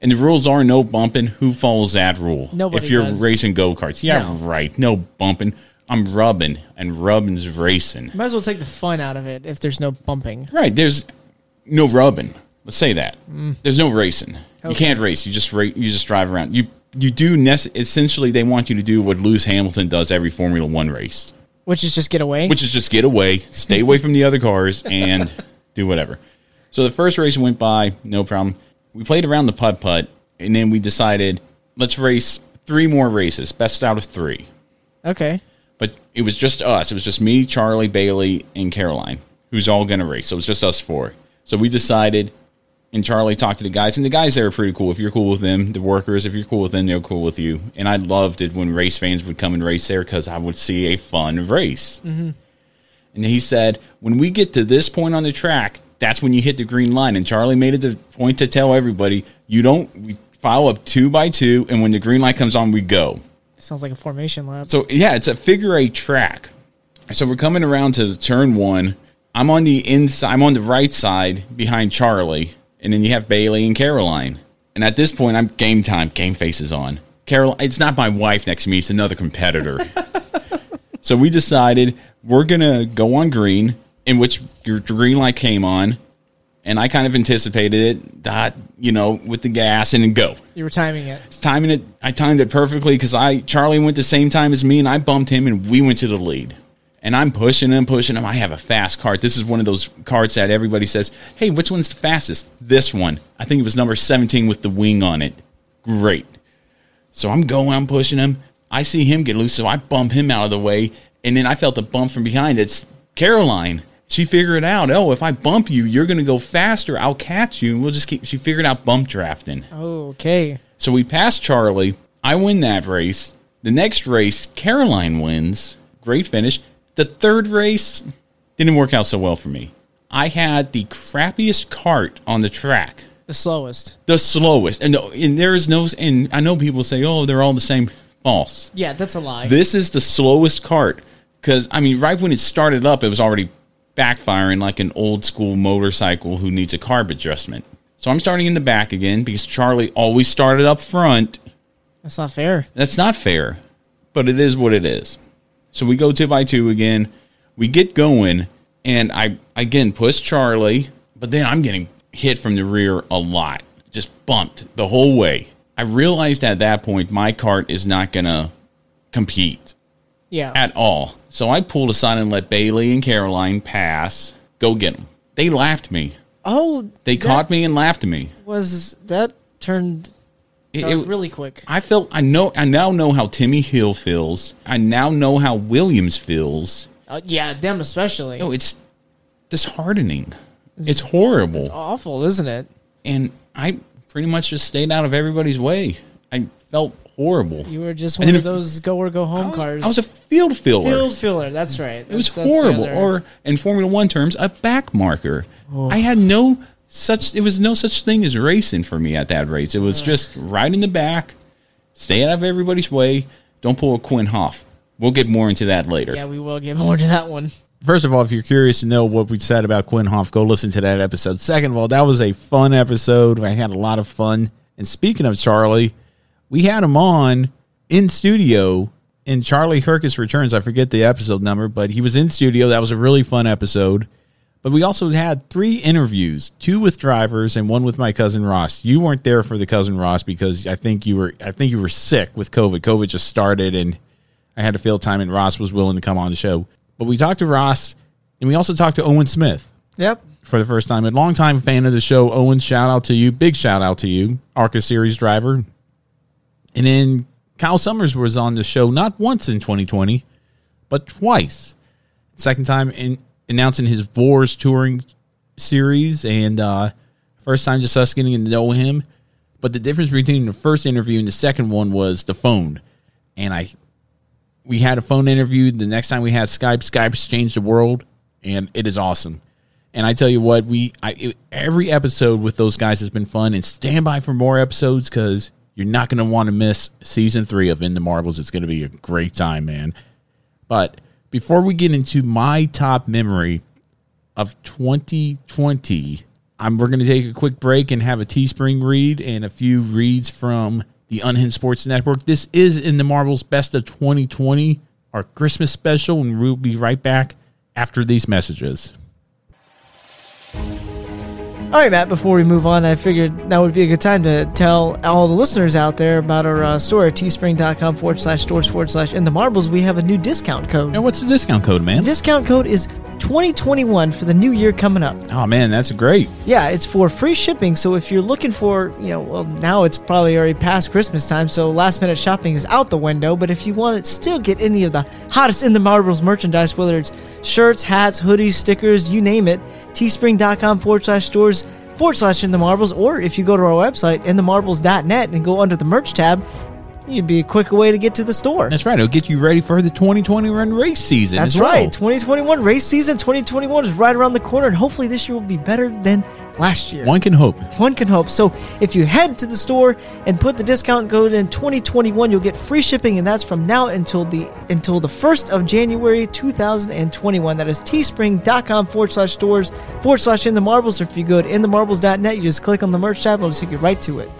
Speaker 1: And the rules are no bumping. Who follows that rule?
Speaker 2: Nobody
Speaker 1: If you're
Speaker 2: does.
Speaker 1: racing go karts, yeah,
Speaker 2: No.
Speaker 1: right. No bumping. I'm rubbing, and rubbing's racing.
Speaker 2: Might as well take the fun out of it if there's no bumping.
Speaker 1: Right. There's no rubbing. Let's say that.
Speaker 2: Mm.
Speaker 1: There's no racing. You can't race. You just ra- you just drive around. You you do nece- essentially they want you to do what Lewis Hamilton does every Formula 1 race.
Speaker 2: Which is just get away.
Speaker 1: Which is just get away, stay away from the other cars, and do whatever. So the first race went by, no problem. We played around the putt putt, and then we decided let's race three more races, best out of three.
Speaker 2: okay.
Speaker 1: But it was just us. It was just me, Charlie, Bailey, and Caroline, who's all going to race. So it was just us four. So we decided, and Charlie talked to the guys, and the guys there are pretty cool. If you're cool with them, the workers, if you're cool with them, they're cool with you. And I loved it when race fans would come and race there because I would see a fun race. And he said, when we get to this point on the track, that's when you hit the green line. And Charlie made it the point to tell everybody, you don't we file up two by two, and when the green light comes on, we go.
Speaker 2: Sounds like a formation lap.
Speaker 1: So yeah, it's a figure eight track. So we're coming around to turn one. I'm on the inside. I'm on the right side behind Charlie, and then you have Bailey and Caroline. And at this point, I'm game time. Game face is on. Carol, it's not my wife next to me. It's another competitor. so we decided we're gonna go on green, in which your green light came on, and I kind of anticipated it. Dot, you know, with the gas and then go
Speaker 2: You were timing it.
Speaker 1: timing it. I timed it perfectly because I Charlie went the same time as me, and I bumped him, and we went to the lead. And I'm pushing him, pushing him. I have a fast cart. This is one of those carts that everybody says, "Hey, which one's the fastest?" This one. I think it was number 17 with the wing on it. Great. So I'm going, I'm pushing him. I see him get loose, so I bump him out of the way, and then I felt a bump from behind. It's Caroline. She figured out, oh, if I bump you, you're gonna go faster. I'll catch you, and we'll just keep. She figured out bump drafting.
Speaker 2: Okay.
Speaker 1: So we passed Charlie. I win that race. The next race, Caroline wins. Great finish. The third race didn't work out so well for me.
Speaker 8: I had the crappiest cart on the track.
Speaker 2: The slowest.
Speaker 8: The slowest. And, no, and there is no, and I know people say, oh, they're all the same. False.
Speaker 2: Yeah, that's a lie.
Speaker 8: This is the slowest cart because I mean, right when it started up, it was already backfiring like an old school motorcycle who needs a carb adjustment. So I'm starting in the back again because Charlie always started up front.
Speaker 2: That's not fair.
Speaker 8: That's not fair, but it is what it is. So we go two by two again. We get going, and I again push Charlie, but then I'm getting hit from the rear a lot, just bumped the whole way. I realized at that point my cart is not going to compete
Speaker 2: Yeah.
Speaker 8: at all. So I pulled aside and let Bailey and Caroline pass. Go get them. They laughed me.
Speaker 2: oh,
Speaker 8: They
Speaker 2: that
Speaker 8: caught me and laughed at me.
Speaker 2: Was that turned
Speaker 8: It-
Speaker 2: dark
Speaker 8: it-
Speaker 2: really quick?
Speaker 8: I felt I know I now know how Timmy Hill feels. I now know how Williams feels.
Speaker 2: Uh, yeah, them especially.
Speaker 8: No, it's disheartening. It's horrible.
Speaker 2: awful, isn't it?
Speaker 8: and I pretty much just stayed out of everybody's way. I felt horrible.
Speaker 2: You were just
Speaker 8: And
Speaker 2: one
Speaker 8: then
Speaker 2: of
Speaker 8: if-
Speaker 2: those go or go home cars.
Speaker 8: I was a field filler.
Speaker 2: field filler. That's right.
Speaker 8: It was horrible. Or in Formula One terms, a back marker.
Speaker 2: Oh.
Speaker 8: I had no such. It was no such thing as racing for me at that race. It was just right in the back, stay out of everybody's way. Don't pull a Quinn Hoff. We'll get more into that later.
Speaker 2: yeah, we will give more to that one.
Speaker 1: First of all, if you're curious to know what we said about Quinn Hoff, go listen to that episode. Second of all, that was a fun episode. I had a lot of fun. And speaking of Charlie, we had him on in studio in Charlie Hercus Returns. I forget the episode number, but he was in studio. That was a really fun episode. But we also had three interviews, two with drivers and one with my cousin Ross. You weren't there for the cousin Ross because I think you were I think you were sick with COVID. COVID just started and I had to fill time, and Ross was willing to come on the show. But we talked to Ross, and we also talked to Owen Smith
Speaker 2: Yep.
Speaker 1: for the first time. A longtime fan of the show, Owen, shout out to you. Big shout out to you, ARCA Series driver. And then Kyle Summers was on the show not once in 2020, but twice. Second time in announcing his Vors touring series, and uh, first time just us getting to know him. But the difference between the first interview and the second one was the phone. And I we had a phone interview. The next time we had Skype, Skype's changed the world, and it is awesome. And I tell you what, we I, it- every episode with those guys has been fun. And stand by for more episodes because you're not going to want to miss season three of In the Marbles. It's going to be a great time, man. But before we get into my top memory of 2020, I'm, we're going to take a quick break and have a Teespring read and a few reads from the Unhinged Sports Network. This is in the Marvel's Best of 2020, our Christmas special, and we'll be right back after these messages.
Speaker 2: All right, Matt, before we move on, I figured that would be a good time to tell all the listeners out there about our uh, store at teespring.com forward slash stores forward slash in the marbles. We have a new discount code.
Speaker 1: Now, what's the discount code, man?
Speaker 2: The discount code is 2021 for the new year coming up.
Speaker 1: Oh man, that's great.
Speaker 2: Yeah, it's for free shipping. So if you're looking for, you know, well, now it's probably already past Christmas time, so last minute shopping is out the window. But if you want to still get any of the hottest in the marbles merchandise, whether it's shirts, hats, hoodies, stickers, you name it, teespring.com forward slash stores forward slash in the marbles. Or if you go to our website, inthemarbles.net, and go under the merch tab, you'd be a quicker way to get to the store.
Speaker 1: That's right. It'll get you ready for the 2020 run race season.
Speaker 2: That's
Speaker 1: as well.
Speaker 2: right. 2021 race season 2021 is right around the corner, and hopefully this year will be better than last year.
Speaker 1: One can hope.
Speaker 2: One can hope. So if you head to the store and put the discount code in 2021, you'll get free shipping, and that's from now until the until the first of January 2021. That is teespring.com forward slash stores forward slash in the marbles. Or if you go to inthemarbles.net, you just click on the merch tab, it'll take you right to it.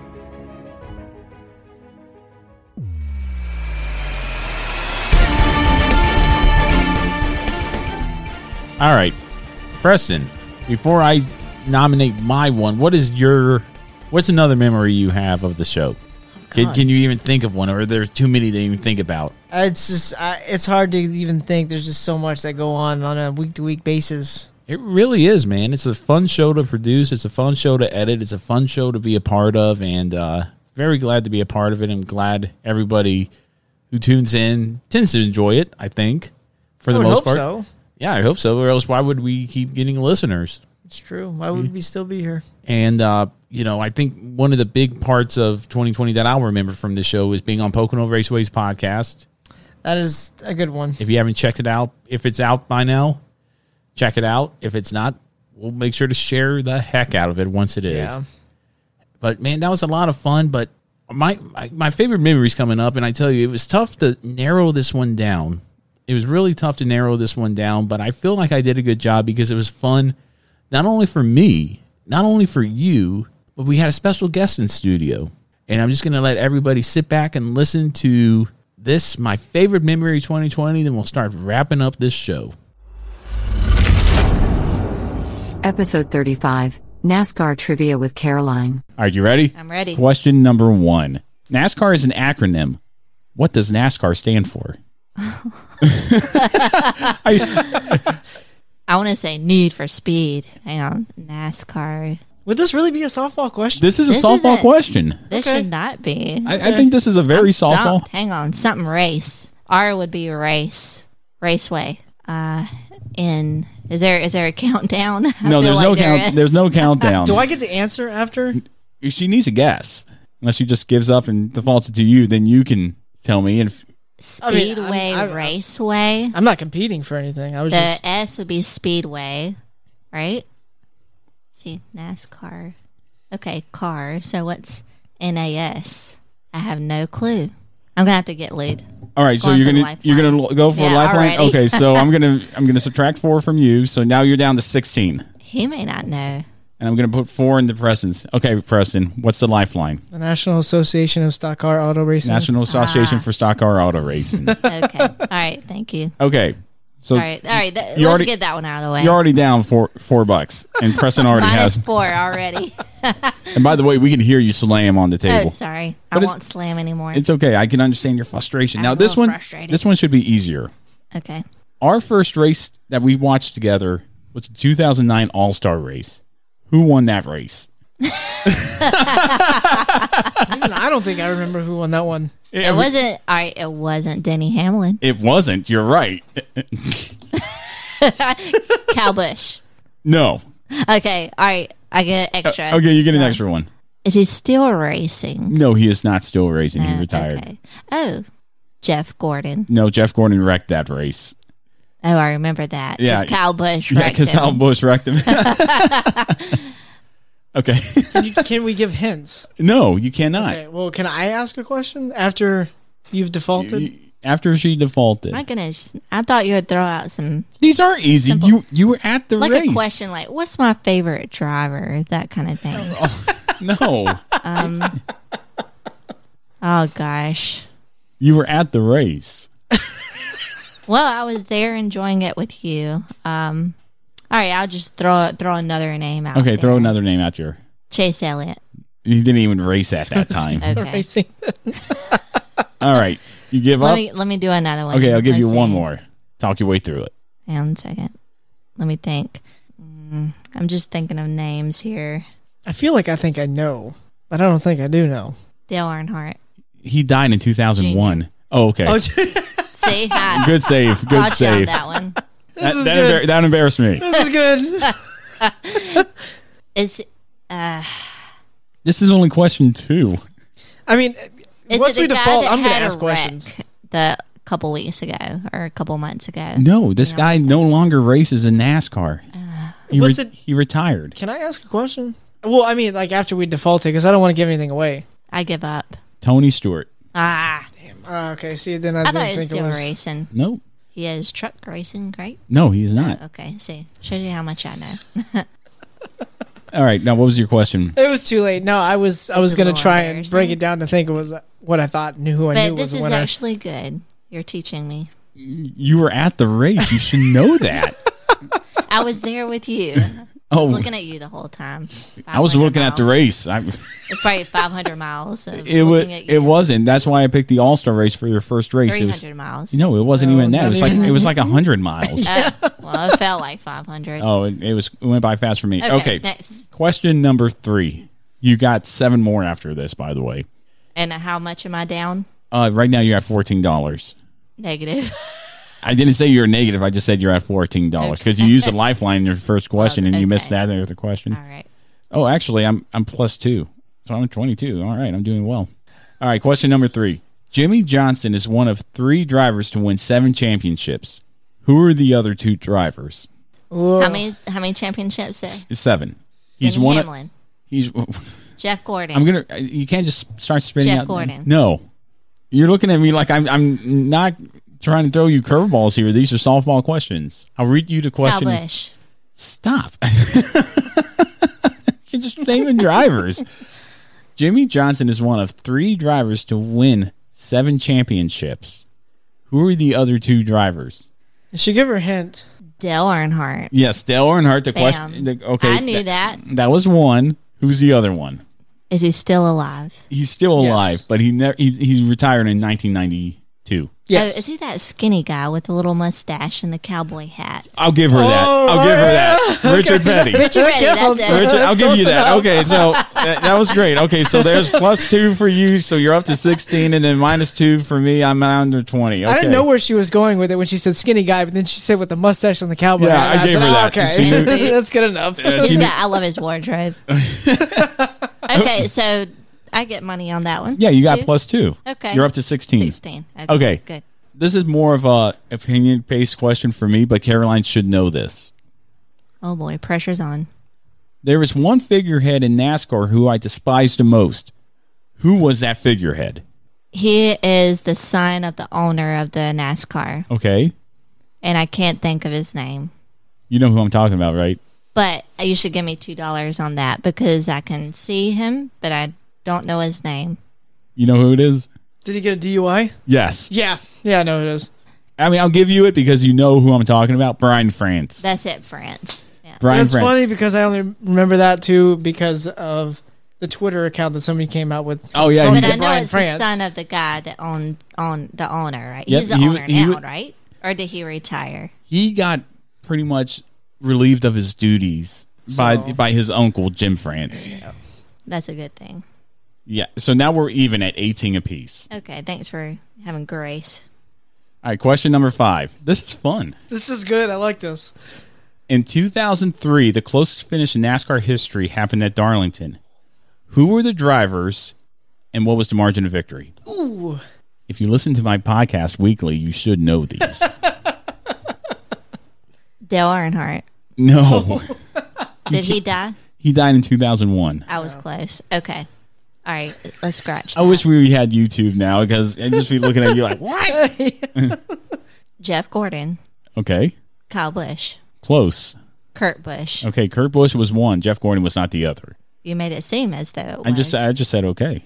Speaker 1: All right, Preston. Before I nominate my one, what is your? What's another memory you have of the show? can,
Speaker 2: Oh, God.
Speaker 1: can you even think of one, or are there too many to even think about?
Speaker 2: Uh, It's just I, it's hard to even think. There's just so much that go on on a week to week basis.
Speaker 1: It really is, man. It's a fun show to produce. It's a fun show to edit. It's a fun show to be a part of, and uh, very glad to be a part of it. I'm glad everybody who tunes in tends to enjoy it. I think, for
Speaker 2: I
Speaker 1: the
Speaker 2: would
Speaker 1: most
Speaker 2: hope
Speaker 1: part.
Speaker 2: so.
Speaker 1: Yeah, I hope so. Or else, why would we keep getting listeners?
Speaker 2: It's true. Why would we still be here?
Speaker 1: And uh, you know, I think one of the big parts of 2020 that I'll remember from this show is being on Pocono Raceways podcast.
Speaker 2: That is a good one.
Speaker 1: If you haven't checked it out, if it's out by now, check it out. If it's not, we'll make sure to share the heck out of it once it is.
Speaker 2: Yeah.
Speaker 1: But man, that was a lot of fun. But my, my my favorite memories coming up, and I tell you, it was tough to narrow this one down. It was really tough to narrow this one down, but I feel like I did a good job because it was fun, not only for me, not only for you, but we had a special guest in studio. And I'm just going to let everybody sit back and listen to this, my favorite memory of 2020. Then we'll start wrapping up this show.
Speaker 3: Episode 35 NASCAR Trivia with Caroline.
Speaker 1: All right, you ready?
Speaker 9: I'm ready.
Speaker 1: Question number one NASCAR is an acronym. What does NASCAR stand for?
Speaker 9: I want to say Need for Speed. Hang on, NASCAR.
Speaker 2: Would this really be a softball question?
Speaker 1: This is a softball
Speaker 9: isn't-
Speaker 1: question.
Speaker 9: This should not be.
Speaker 1: I, I think this is a very
Speaker 9: I'm
Speaker 1: softball.
Speaker 9: stumped. Hang on, something race. R would be race, raceway. Uh, in is there is there a countdown? I
Speaker 1: No,
Speaker 9: feel
Speaker 1: there's
Speaker 9: like
Speaker 1: no
Speaker 9: there
Speaker 1: count.
Speaker 9: is.
Speaker 1: There's no countdown.
Speaker 2: Do I get to answer after?
Speaker 1: She needs a guess, unless she just gives up and defaults it to you. Then you can tell me. And if-
Speaker 2: I mean, I'm-
Speaker 9: Speedway,
Speaker 2: I'm- I'm-
Speaker 9: raceway.
Speaker 2: I'm not competing for anything. I was
Speaker 9: the
Speaker 2: just
Speaker 9: S would be Speedway, right? see, NASCAR. Okay, car. So what's NAS? I have no clue. I'm gonna have to get lewd.
Speaker 1: all right, so
Speaker 9: Going
Speaker 1: you're
Speaker 9: for the
Speaker 1: gonna you're gonna l- go for
Speaker 9: Yeah,
Speaker 1: a lifeline.
Speaker 9: already.
Speaker 1: Okay, so I'm gonna I'm gonna subtract four from you. So now you're down to sixteen,
Speaker 9: He may not know.
Speaker 1: and I'm gonna put four into Preston's. Okay, Preston, what's the lifeline?
Speaker 2: the National Association of Stock Car Auto Racing.
Speaker 1: National Association for Stock Car Auto Racing.
Speaker 9: Ah. Okay. All right. Thank you.
Speaker 1: Okay, so
Speaker 9: all right. All right. Th-
Speaker 1: you
Speaker 9: let's
Speaker 1: already-
Speaker 9: get that one out of the way.
Speaker 1: you're already down four four bucks, and Preston already
Speaker 9: Minus
Speaker 1: has.
Speaker 9: four already.
Speaker 1: And by the way, we can hear you slam on the
Speaker 9: oh,
Speaker 1: table.
Speaker 9: sorry. I
Speaker 1: But it's-
Speaker 9: won't slam anymore.
Speaker 1: It's okay. I can understand your frustration.
Speaker 9: I'm
Speaker 1: now
Speaker 9: a
Speaker 1: this
Speaker 9: little
Speaker 1: one,
Speaker 9: frustrated.
Speaker 1: this one should be easier.
Speaker 9: okay.
Speaker 1: Our first race that we watched together was the 2009 All Star race. Who won that race?
Speaker 2: Even I don't think I remember who won that one.
Speaker 9: It, wasn't. All right. It wasn't Denny Hamlin.
Speaker 1: It wasn't. You're right.
Speaker 9: Cal Bush.
Speaker 1: no. Uh,
Speaker 9: Okay. All right. I get an extra.
Speaker 1: Okay, you get an extra one.
Speaker 9: Is he still racing?
Speaker 1: No, he is not still racing. He retired.
Speaker 9: Oh, Jeff Gordon.
Speaker 1: No, Jeff Gordon wrecked that race.
Speaker 9: Oh, I remember that. 'Cause
Speaker 1: Yeah.
Speaker 9: Kyle Bush.
Speaker 1: yeah,
Speaker 9: wrecked
Speaker 1: because
Speaker 9: him.
Speaker 1: Al Bush wrecked him. okay.
Speaker 2: Can, you, can we give hints?
Speaker 1: No, you cannot.
Speaker 2: Okay. Well, can I ask a question after you've defaulted?
Speaker 1: After she defaulted.
Speaker 9: My goodness, I thought you would throw out some
Speaker 1: These are easy.
Speaker 9: Simple.
Speaker 1: You you were at the
Speaker 9: like
Speaker 1: race.
Speaker 9: a question like what's my favorite driver that kind of thing
Speaker 1: No.
Speaker 9: um oh gosh
Speaker 1: You were at the race.
Speaker 9: well i was there enjoying it with you um all right i'll just throw throw another name out
Speaker 1: okay,
Speaker 9: there.
Speaker 1: throw another name out your.
Speaker 9: chase elliott
Speaker 1: You didn't even race at that time.
Speaker 9: okay
Speaker 2: Racing.
Speaker 1: All right, you give
Speaker 9: let
Speaker 1: up.
Speaker 9: me let me do another one
Speaker 1: okay, I'll give
Speaker 9: Let's
Speaker 1: you one
Speaker 9: see.
Speaker 1: more. Talk your way through it.
Speaker 9: hang on a second let me think Mm, i'm just thinking of names here
Speaker 2: I feel like I think I know, but I don't think I do know.
Speaker 9: dale earnhardt
Speaker 1: He died in 2001. Oh, okay.
Speaker 2: Oh, this
Speaker 9: see hi
Speaker 1: good save. Good
Speaker 9: caught you on
Speaker 1: save.
Speaker 9: that one
Speaker 1: That,
Speaker 2: is
Speaker 1: that
Speaker 2: good.
Speaker 1: embar- that embarrassed me.
Speaker 2: This is good.
Speaker 9: is uh
Speaker 1: This is only question two.
Speaker 2: I mean,
Speaker 9: Is
Speaker 2: once
Speaker 9: it
Speaker 2: we
Speaker 9: the guy
Speaker 2: default,
Speaker 9: that
Speaker 2: I'm going to
Speaker 9: had a
Speaker 2: ask
Speaker 9: wreck
Speaker 2: questions.
Speaker 9: The couple weeks ago or a couple months ago.
Speaker 1: No, this
Speaker 9: You know,
Speaker 1: guy
Speaker 9: it's-
Speaker 1: no longer races in NASCAR.
Speaker 9: Uh,
Speaker 1: He, re-
Speaker 2: Was it-
Speaker 1: he retired.
Speaker 2: Can I ask a question? Well, I mean, like after we defaulted, because I don't want to give anything away.
Speaker 9: I give up.
Speaker 1: Tony Stewart.
Speaker 9: Ah,
Speaker 2: Ah, okay, see, then
Speaker 9: I,
Speaker 2: I, didn't
Speaker 9: thought he was
Speaker 2: think
Speaker 9: still
Speaker 2: it was.
Speaker 9: racing.
Speaker 1: No,
Speaker 9: He is truck racing, right?
Speaker 1: no, he's not.
Speaker 9: Okay, see, shows you how much I know.
Speaker 1: All right, now what was your question?
Speaker 2: It was too late. No, I was I
Speaker 9: This is
Speaker 2: was
Speaker 9: a
Speaker 2: going to
Speaker 9: little
Speaker 2: try and
Speaker 9: embarrassing.
Speaker 2: break it down to think it was uh, what I thought knew who I knew
Speaker 9: but
Speaker 2: was
Speaker 9: this
Speaker 2: a
Speaker 9: is
Speaker 2: winner.
Speaker 9: actually good. You're teaching me.
Speaker 1: You were at the race. You should know that.
Speaker 9: I was there with you. I
Speaker 1: Oh.
Speaker 9: was looking at you the whole time.
Speaker 1: I was
Speaker 9: 500
Speaker 1: looking at the
Speaker 9: miles.
Speaker 1: race. I,
Speaker 9: It's probably 500 miles. Of
Speaker 1: it was.
Speaker 9: looking at
Speaker 1: It
Speaker 9: you.
Speaker 1: wasn't. That's why I picked the All Star race for your first race. It was
Speaker 9: 300 miles. Oh,
Speaker 1: no, it wasn't
Speaker 2: No,
Speaker 1: even that. It
Speaker 2: not
Speaker 1: was like
Speaker 2: even.
Speaker 1: it was like hundred miles.
Speaker 9: Uh, well, it felt like 500.
Speaker 1: oh, it, it was it went by fast for me.
Speaker 9: Okay,
Speaker 1: Okay,
Speaker 9: next.
Speaker 1: question number three. You got seven more after this, by the way.
Speaker 9: And how much am I down?
Speaker 1: Uh, right now you're at fourteen dollars.
Speaker 9: Negative.
Speaker 1: I didn't say you're negative. I just said you're at fourteen dollars because you used a lifeline in your first question and you missed
Speaker 9: okay.
Speaker 1: that there with the question.
Speaker 9: All right.
Speaker 1: Oh, actually, I'm I'm plus two, so I'm 22. All right, I'm doing well. All right, question number three. Jimmy Johnson is one of three drivers to win seven championships. Who are the other two drivers?
Speaker 9: How many how many championships? There?
Speaker 1: Seven. He's
Speaker 9: Denny
Speaker 1: one. of-
Speaker 9: Hamlin,
Speaker 1: He's.
Speaker 9: Jeff Gordon.
Speaker 1: I'm gonna. You can't just start spinning
Speaker 9: Jeff
Speaker 1: out.
Speaker 9: Gordon.
Speaker 1: No, you're looking at me like I'm. I'm not trying to throw you curveballs here. These are softball questions. I'll read you the
Speaker 9: Kyle
Speaker 1: question.
Speaker 9: Busch.
Speaker 1: Stop. You're just naming drivers. Jimmy Johnson is one of three drivers to win seven championships. Who are the other two drivers?
Speaker 2: You should give her a hint.
Speaker 9: Oh, Dale Earnhardt.
Speaker 1: Yes, Dale Earnhardt. The question.
Speaker 9: Bam.
Speaker 1: the- okay,
Speaker 9: I knew that.
Speaker 1: That was one. Who's the other one?
Speaker 9: Is he still alive?
Speaker 1: He's still alive, but he never. He, he retired in 1992.
Speaker 9: Oh, is he that skinny guy with the little mustache and the cowboy hat?
Speaker 1: I'll give her that.
Speaker 2: Oh,
Speaker 1: I'll give her that. Richard Petty.
Speaker 9: Richard Petty, that's it.
Speaker 1: Richard, I'll give you that. Okay, so that, that was great. Okay, so there's plus two for you, so you're up to 16, and then minus two for me. I'm under 20. Okay.
Speaker 2: I didn't know where she was going with it when she said skinny guy, but then she said with the mustache and the cowboy.
Speaker 1: Yeah,
Speaker 2: hat.
Speaker 1: I gave
Speaker 2: said,
Speaker 1: her
Speaker 2: "Oh,
Speaker 1: that. She knew-
Speaker 2: Okay, that's good enough.
Speaker 1: Yeah,
Speaker 9: He's that, I love his wardrobe. okay, so I get money on that one.
Speaker 1: Yeah, you got
Speaker 9: Two?
Speaker 1: plus two.
Speaker 9: Okay.
Speaker 1: You're up to 16.
Speaker 9: 16. Okay, good.
Speaker 1: This is more of a opinion based question for me, but Caroline should know this.
Speaker 9: Oh boy, pressure's on.
Speaker 1: There was one figurehead in NASCAR who I despised the most. Who was that figurehead?
Speaker 9: He is the son of the owner of the NASCAR,
Speaker 1: Okay.
Speaker 9: and I can't think of his name.
Speaker 1: You know who I'm talking about, right?
Speaker 9: But you should give me two dollars on that because I can see him, but I don't know his name.
Speaker 1: You know who it is?
Speaker 2: Did he get a DUI?
Speaker 1: Yes.
Speaker 2: Yeah, yeah, I know who it is.
Speaker 1: I mean, I'll give you it because you know who I'm talking about. Brian France.
Speaker 9: That's it, France.
Speaker 1: Brian
Speaker 2: That's
Speaker 1: France.
Speaker 2: funny because I only remember that too because of the Twitter account that somebody came out with.
Speaker 1: Oh, yeah,
Speaker 2: from
Speaker 1: he-
Speaker 9: But I
Speaker 2: the
Speaker 9: know
Speaker 2: Brian
Speaker 9: it's
Speaker 2: France.
Speaker 9: the son of the guy that owned on the owner, right?
Speaker 1: Yep,
Speaker 9: He's the
Speaker 1: he w-
Speaker 9: owner
Speaker 1: he
Speaker 9: now,
Speaker 1: w-
Speaker 9: right? Or did he retire?
Speaker 1: He got pretty much relieved of his duties by
Speaker 9: So-
Speaker 1: by his uncle Jim France.
Speaker 9: That's a good thing.
Speaker 1: Yeah. So now we're even at 18 apiece.
Speaker 9: Okay, thanks for having grace.
Speaker 1: All right. Question number five. This is fun.
Speaker 2: This is good. I like this.
Speaker 1: In 2003, the closest finish in NASCAR history happened at Darlington. Who were the drivers, and what was the margin of victory?
Speaker 2: Ooh.
Speaker 1: If you listen to my podcast weekly, you should know these.
Speaker 9: Dale Earnhardt.
Speaker 1: no,
Speaker 9: Did he die?
Speaker 1: he died in 2001.
Speaker 9: I was close. Okay. All right, let's scratch.
Speaker 1: I wish we had YouTube now because I'd just be looking at you like,
Speaker 9: What? Jeff Gordon,
Speaker 1: okay,
Speaker 9: Kyle Busch,
Speaker 1: close.
Speaker 9: Kurt Busch.
Speaker 1: Okay, Kurt Busch was one. Jeff Gordon was not the other.
Speaker 9: You made it seem as though it
Speaker 1: I just
Speaker 9: was.
Speaker 1: I just said okay.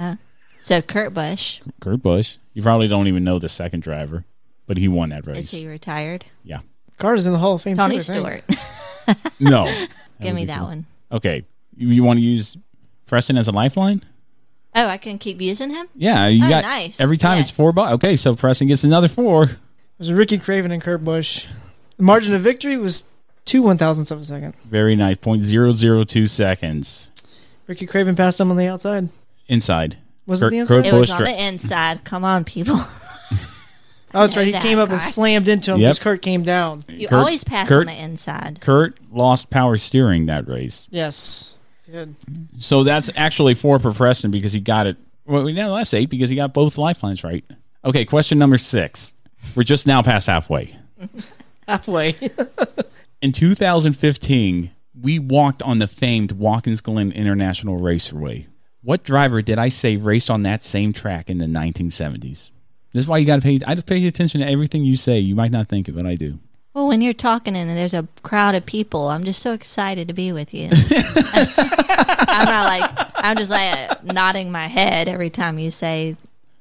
Speaker 9: Uh, so Kurt Busch,
Speaker 1: Kurt Busch. You probably don't even know the second driver, but he won that race.
Speaker 9: is he retired?
Speaker 1: Yeah.
Speaker 2: Carter's in the Hall of Fame.
Speaker 9: Tony
Speaker 2: too, I think.
Speaker 9: Stewart.
Speaker 1: No.
Speaker 9: Give
Speaker 1: would
Speaker 9: me
Speaker 1: be
Speaker 9: that
Speaker 1: cool.
Speaker 9: one.
Speaker 1: Okay. You, you want to use Preston as a lifeline?
Speaker 9: Oh, I can keep using him?
Speaker 1: Yeah. You
Speaker 9: oh,
Speaker 1: got
Speaker 9: nice.
Speaker 1: every time it's
Speaker 9: Yes.
Speaker 1: four bucks. Okay, so Preston gets another four.
Speaker 2: It was Ricky Craven and Kurt Busch. The margin of victory was two one thousandths of a second.
Speaker 1: Very nice. Point zero zero two seconds
Speaker 2: Ricky Craven passed him on the outside.
Speaker 1: inside.
Speaker 2: Was it
Speaker 1: Kurt-
Speaker 2: the inside?
Speaker 1: Kurt
Speaker 9: It was
Speaker 1: Busch
Speaker 9: on
Speaker 1: dri-
Speaker 9: the inside. Come on, people.
Speaker 2: Oh, that's
Speaker 9: Know
Speaker 2: right. He
Speaker 9: that
Speaker 2: came up and
Speaker 9: guy.
Speaker 2: slammed into him
Speaker 1: Yep.
Speaker 2: because Kurt came down.
Speaker 9: You
Speaker 1: Kurt-
Speaker 9: always pass
Speaker 1: Kurt-
Speaker 9: on the inside.
Speaker 1: Kurt lost power steering that race.
Speaker 2: Yes. Good.
Speaker 1: So that's actually four for Preston because he got it. Well, no, that's eight because he got both lifelines right. Okay, question number six. We're just now past halfway.
Speaker 2: Halfway.
Speaker 1: In 2015, we walked on the famed Watkins Glen International Raceway. What driver did I say raced on that same track in the 1970s? This is why you got to pay. I just pay attention to everything you say. You might not think it, but I do.
Speaker 9: Well, when you're talking and there's a crowd of people, I'm just so excited to be with you. I'm not like I'm just like nodding my head every time you say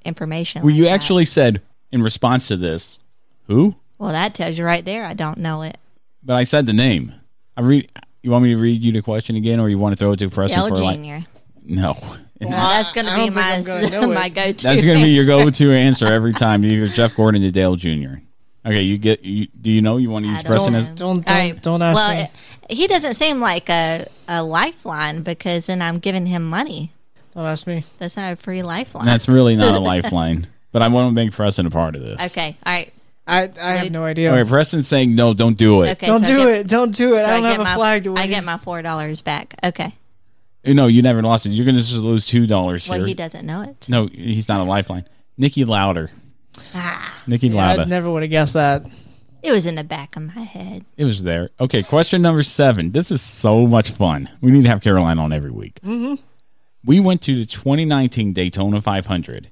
Speaker 9: information.
Speaker 1: Well,
Speaker 9: like
Speaker 1: you
Speaker 9: that.
Speaker 1: actually said in response to this, who?
Speaker 9: Well, that tells you right there. I don't know it.
Speaker 1: But I said the name. I read. You want me to read you the question again, or you want to throw it to Preston
Speaker 9: Dell
Speaker 1: for like?
Speaker 9: Junior.
Speaker 1: No.
Speaker 9: Well, that's gonna be my my go-to.
Speaker 1: That's going to be your go-to answer every time, either Jeff Gordon or Dale Jr. Okay, you get. You, do you know you want to use
Speaker 9: don't
Speaker 1: Preston
Speaker 9: know.
Speaker 1: as?
Speaker 2: Don't don't,
Speaker 9: All right.
Speaker 2: don't ask
Speaker 9: well,
Speaker 2: me.
Speaker 9: it- he doesn't seem like a, a lifeline because then I'm giving him money.
Speaker 2: don't ask me.
Speaker 9: That's not a free lifeline.
Speaker 1: That's really not a lifeline, but I want to make Preston a part of this.
Speaker 9: okay. All right.
Speaker 2: I I have no idea.
Speaker 1: All right, Preston's saying no. Don't do it.
Speaker 9: Okay.
Speaker 2: don't
Speaker 9: so I
Speaker 2: do
Speaker 9: get-
Speaker 2: it. Don't do it.
Speaker 9: so
Speaker 2: I don't
Speaker 9: get
Speaker 2: have a
Speaker 9: my-
Speaker 2: flag to wave.
Speaker 9: I get my four dollars back. Okay.
Speaker 1: No, you never lost it. You're going to just lose two dollars
Speaker 9: Well,
Speaker 1: here.
Speaker 9: he doesn't know it.
Speaker 1: No, he's not a lifeline. Nikki Louder.
Speaker 9: Ah,
Speaker 1: Nikki
Speaker 2: I
Speaker 1: Lauda.
Speaker 2: never would have guessed that.
Speaker 9: It was in the back of my head.
Speaker 1: It was there. Okay, question number seven. This is so much fun. We need to have Caroline on every week.
Speaker 9: Mm-hmm.
Speaker 1: We went to the 2019 Daytona 500.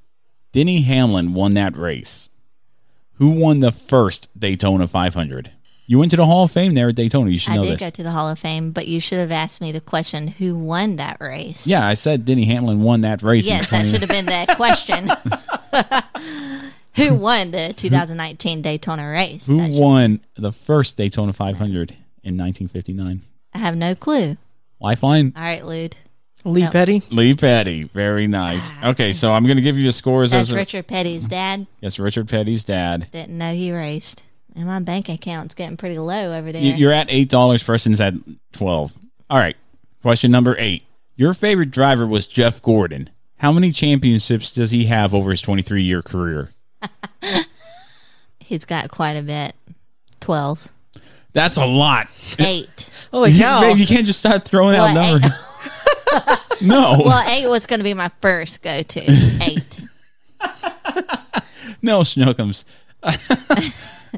Speaker 1: Denny Hamlin won that race. Who won the first Daytona 500? You went to the Hall of Fame there at Daytona. You should
Speaker 9: I
Speaker 1: know
Speaker 9: did
Speaker 1: this.
Speaker 9: go to the Hall of Fame, but you should have asked me the question who won that race?
Speaker 1: yeah, I said Denny Hamlin won that race. in
Speaker 9: yes, that
Speaker 1: 20
Speaker 9: should have been that question. who won the 2019 Daytona race?
Speaker 1: Who won the first Daytona 500 in 1959?
Speaker 9: I have no clue.
Speaker 1: Lifeline?
Speaker 9: All right, Lude.
Speaker 2: Lee
Speaker 9: No.
Speaker 2: Petty.
Speaker 1: Lee Petty. Very nice. Okay, so I'm going to give you the scores.
Speaker 9: Ah, That's
Speaker 1: as a-
Speaker 9: Richard Petty's dad.
Speaker 1: Yes, Richard Petty's dad.
Speaker 9: Didn't know he raced. And my bank account's getting pretty low over there.
Speaker 1: You- You're at eight dollars. Person's at twelve. All right. Question number eight. Your favorite driver was Jeff Gordon. How many championships does he have over his 23 year career?
Speaker 9: He's got quite a bit. 12.
Speaker 1: That's a lot.
Speaker 9: 8.
Speaker 2: Holy cow.
Speaker 1: Babe, you can't just start throwing out
Speaker 9: Well,
Speaker 1: numbers. no,
Speaker 9: Well, 8 was going to be my first go to. 8.
Speaker 1: no, Schnookums.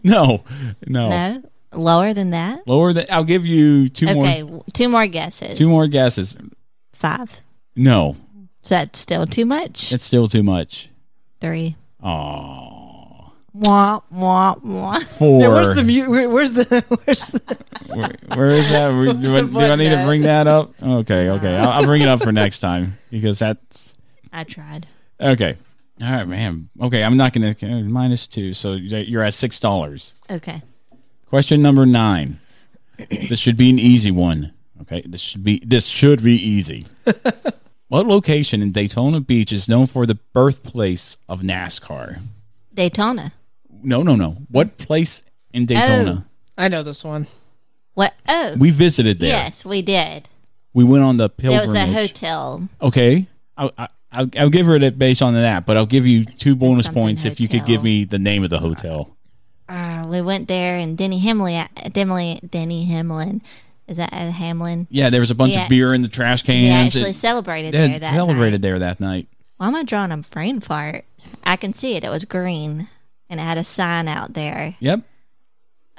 Speaker 1: no, no,
Speaker 9: No? Lower than that?
Speaker 1: Lower than I'll give you two
Speaker 9: okay,
Speaker 1: more,
Speaker 9: w- two more guesses.
Speaker 1: two more guesses.
Speaker 9: Five.
Speaker 1: No,
Speaker 9: Is that still too much?
Speaker 1: it's still too much.
Speaker 9: Three.
Speaker 1: Oh,
Speaker 9: Wah, wah, wah.
Speaker 1: four.
Speaker 2: Yeah, where's the mu- where- Where's the where's the
Speaker 1: Where- where is that? We- do, I,
Speaker 2: the
Speaker 1: do I need to
Speaker 2: button
Speaker 1: bring that up? Okay, okay. I'll, I'll bring it up for next time because that's
Speaker 9: I tried.
Speaker 1: okay. All right, man. Okay, I'm not gonna uh, minus two, so you're at six dollars.
Speaker 9: Okay.
Speaker 1: Question number nine. This should be an easy one. Okay, this should be this should be easy. what location in Daytona Beach is known for the birthplace of NASCAR?
Speaker 9: Daytona.
Speaker 1: No, no, no. What place in Daytona?
Speaker 2: I know this one.
Speaker 9: What? Oh.
Speaker 1: We visited there.
Speaker 9: Yes, we did.
Speaker 1: We went on the pilgrimage.
Speaker 9: There was a hotel.
Speaker 1: Okay. I'll, I- I'll, I'll give her it based on that, but I'll give you two bonus
Speaker 9: something
Speaker 1: points if you could
Speaker 9: hotel.
Speaker 1: give me the name of the hotel.
Speaker 9: Uh, we went there, and Denny Hamlin, Denny, Denny Hamlin, is that uh, Hamlin?
Speaker 1: Yeah, there was a bunch
Speaker 9: Yeah.
Speaker 1: of beer in the trash
Speaker 9: They
Speaker 1: cans.
Speaker 9: actually
Speaker 1: It-
Speaker 9: celebrated
Speaker 1: they
Speaker 9: there. That
Speaker 1: celebrated there that night.
Speaker 9: Why am I drawing a brain fart? I can see it. It was green, and it had a sign out there.
Speaker 1: Yep.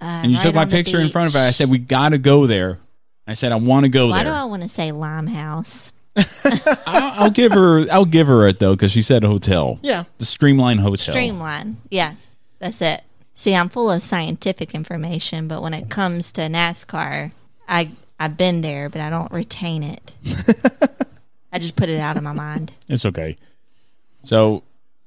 Speaker 9: Uh,
Speaker 1: And you
Speaker 9: right
Speaker 1: took my
Speaker 9: on the
Speaker 1: picture in
Speaker 9: beach.
Speaker 1: front of it. I said, We got to go there. I said, I want to go
Speaker 9: Why do
Speaker 1: there.
Speaker 9: I want to say Limehouse?
Speaker 1: I'll, I'll give her I'll give her it though, because she said hotel.
Speaker 9: Yeah.
Speaker 1: The Streamline Hotel.
Speaker 9: Streamline. Yeah, that's it. See, I'm full of scientific information, but when it comes to NASCAR, I I've been there, but I don't retain it. I just put it out of my mind.
Speaker 1: It's okay. So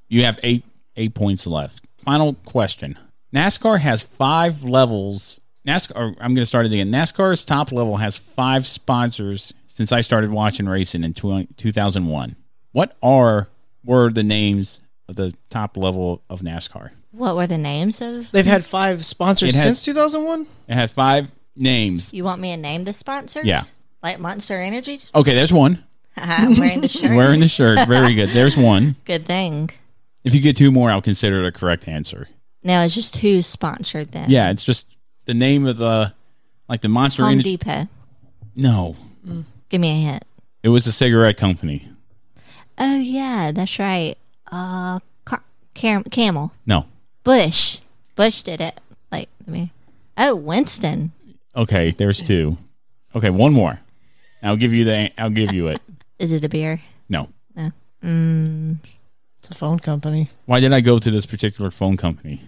Speaker 1: you have eight eight points left. Final question. NASCAR has five levels. NASCAR or I'm gonna start it again. NASCAR's top level has five sponsors since I started watching racing in 20, 2001. What are were the names of the top level of NASCAR?
Speaker 9: What were the names of?
Speaker 2: They've had five sponsors
Speaker 1: It had-
Speaker 2: since 2001.
Speaker 1: It had five names.
Speaker 9: You want me to name the sponsors?
Speaker 1: Yeah.
Speaker 9: Like Monster Energy?
Speaker 1: Okay, there's one.
Speaker 9: I'm wearing the shirt.
Speaker 1: Wearing the shirt. Very good. There's one.
Speaker 9: Good thing.
Speaker 1: If you get two more, I'll consider it a correct answer.
Speaker 9: Now it's just who sponsored them.
Speaker 1: Yeah, it's just the name of the like the monster
Speaker 9: Home
Speaker 1: Energy-
Speaker 9: Depot. Mm.
Speaker 1: No,
Speaker 9: Give me a hint.
Speaker 1: it was a cigarette company.
Speaker 9: Oh yeah, that's right. Uh, car- cam- Camel.
Speaker 1: No.
Speaker 9: Bush. Bush did it. Like I mean, oh Winston.
Speaker 1: Okay, there's two. Okay, one more. I'll give you the. I'll give you it.
Speaker 9: Is it a beer?
Speaker 1: No.
Speaker 9: No. Mm.
Speaker 2: It's a phone company.
Speaker 1: Why did I go to this particular phone company?